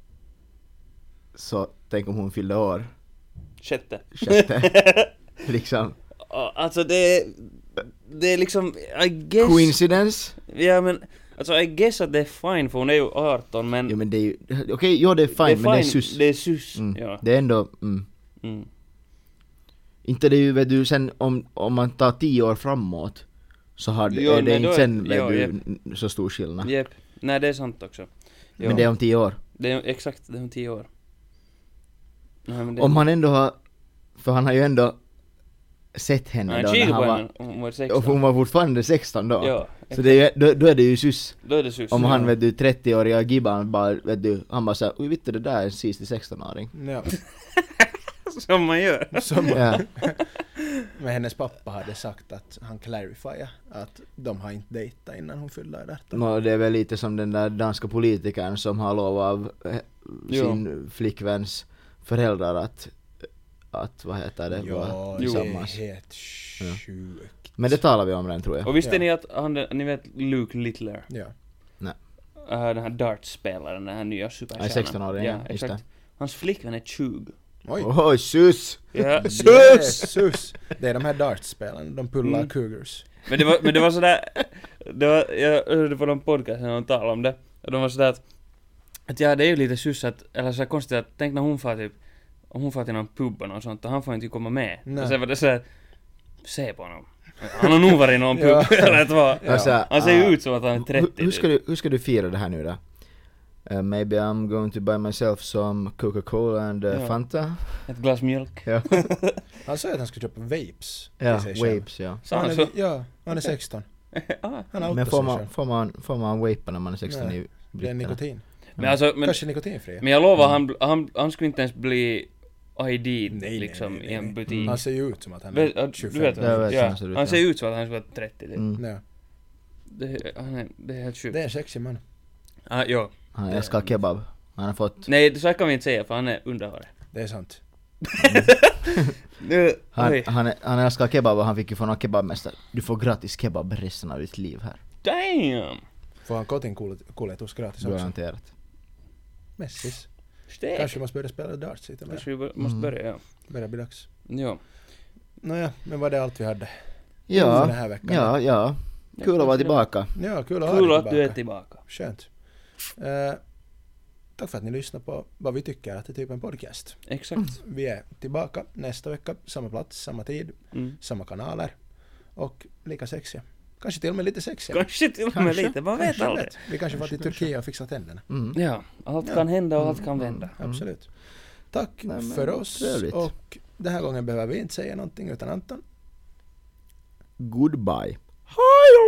så tänk om hon fyllde år [LAUGHS] Sjätte. 6 liksom. [LAUGHS] Ja, Alltså det... Det är liksom, I guess... Coincidence? Ja men, alltså I guess att det är fine för hon är ju 18 men... Jo men det är ju, okej, jo det är fine men det är sus. Det är sus, Mm. ja. Det är ändå, mm. Mm. Inte det är ju vet du sen om, om man tar 10 år framåt så har det, Jo, är det men inte då- sen vet ja, du japp. n- så stor skillnad. Jep. Nej det är sant också. Ja. Men det är om 10 år. Det är exakt, det är om tio år. Nej, men det... Om han ändå har, för han har ju ändå sett henne Nej, då när kikade han på var, henne, hon var och 16. hon var fortfarande 16 då. Ja, Så det är, ju- då, då är det ju sus. då är det sus. Om han Ja. vet du 30-åriga gibban bara vet du, han bara såhär oj vet du det där är en sist 16-åring. Ja. Som man gör. Som Ja. Men hennes pappa hade sagt att han clarifierade att de har inte dejtat innan hon fyllde 18. Nå, det är väl lite som den där danska politikern som har lovat av eh, sin flickväns föräldrar att, att vad heter det, Ja, vara det är tillsammans. helt sjukt. Men det talar vi om redan tror jag. Och visste Ja. ni att han, ni vet Luke Littler? Ja. Äh, den här dartspelaren, den här nya superstjärnan. 16-åringen, ja, just det. exakt. Hans flickvän är 20. Oj! Oj, sus! Ja. Jesus! Det är de här dartspelarna, de pullar Mm. cougars. Men det var, men det var sådär, det var, jag hörde på någon podcast när de talade om det, och de var sådär att, att ja det är ju lite sus att, eller så konstigt att, tänk när hon far typ, om hon far till någon pub och något sånt och han får inte komma med. Nej. Och sen var det såhär, se på honom. Han har nog varit i någon Ja. pub [LAUGHS] eller två. Alltså, Han ser ju ah, ut som att han är 30 Hur, hur, ska typ. du, hur ska du fira det här nu då? Eh, maybe I'm going to buy myself some Coca-Cola and eh, Ja. Fanta? typ. Ett glas mjölk. Ja, Han sa att han skulle köpa vapes ja till sig själv. vapes ja. Sa Han han är, så? ja, han är 16. [LAUGHS] Ah. Han har Men outat får sig man, själv. får man, får man vapa när man är 16 Nej, i Det är britterna? nikotin. Men alltså, men, Kanske nikotinfri. men jag Mm. lovar han, bl- han, han skulle inte ens bli ID Nej, nej, liksom nej, nej, i en nej. butik. Mm. Han ser ju ut som att han Vet- är Du 25. vet, Jag vet hur ja. han ser ut, han ja. ser ut som att han skulle vara 30 typ. Mm. Ja. Det, han är, det är helt sjukt. Det är en sexig man. Ah, ja. Han älskar kebab. Han har fått... Nej, så här kan vi inte säga för han är underhårig. Det är sant. Nu, Han, oj. han, han älskar kebab och han fick ju från någon kebabmästare. Du får gratis kebab resten av ditt liv här. Damn! Får han kotinkuljetus gratis också? Garanterat. Messis. Stek! Kanske måste börja spela darts lite mer. Kanske vi bör- Mm. måste börja, ja. Börjar bli dags. Ja. Nåja, men var det allt vi hade? Ja, Den här veckan. ja, ja. Kul att vara tillbaka. Ja, kul att ha Kul dig att du är tillbaka. Skönt. Eh, tack för att ni lyssnar på vad vi tycker att det är typ en podcast. Mm. Exakt. Vi är tillbaka nästa vecka, samma plats, samma tid, Mm. samma kanaler och lika sexiga. Kanske till och med lite sexiga. Kanske till och med Kanske, lite, man vet Vem aldrig. vet? Vi kanske var till Turkiet och fixade tänderna. Mm. Ja, Mm. allt kan hända och allt kan vända. Absolut. Tack Nej, men för oss trevligt. och den här gången behöver vi inte säga någonting utan Anton Goodbye. Hallå!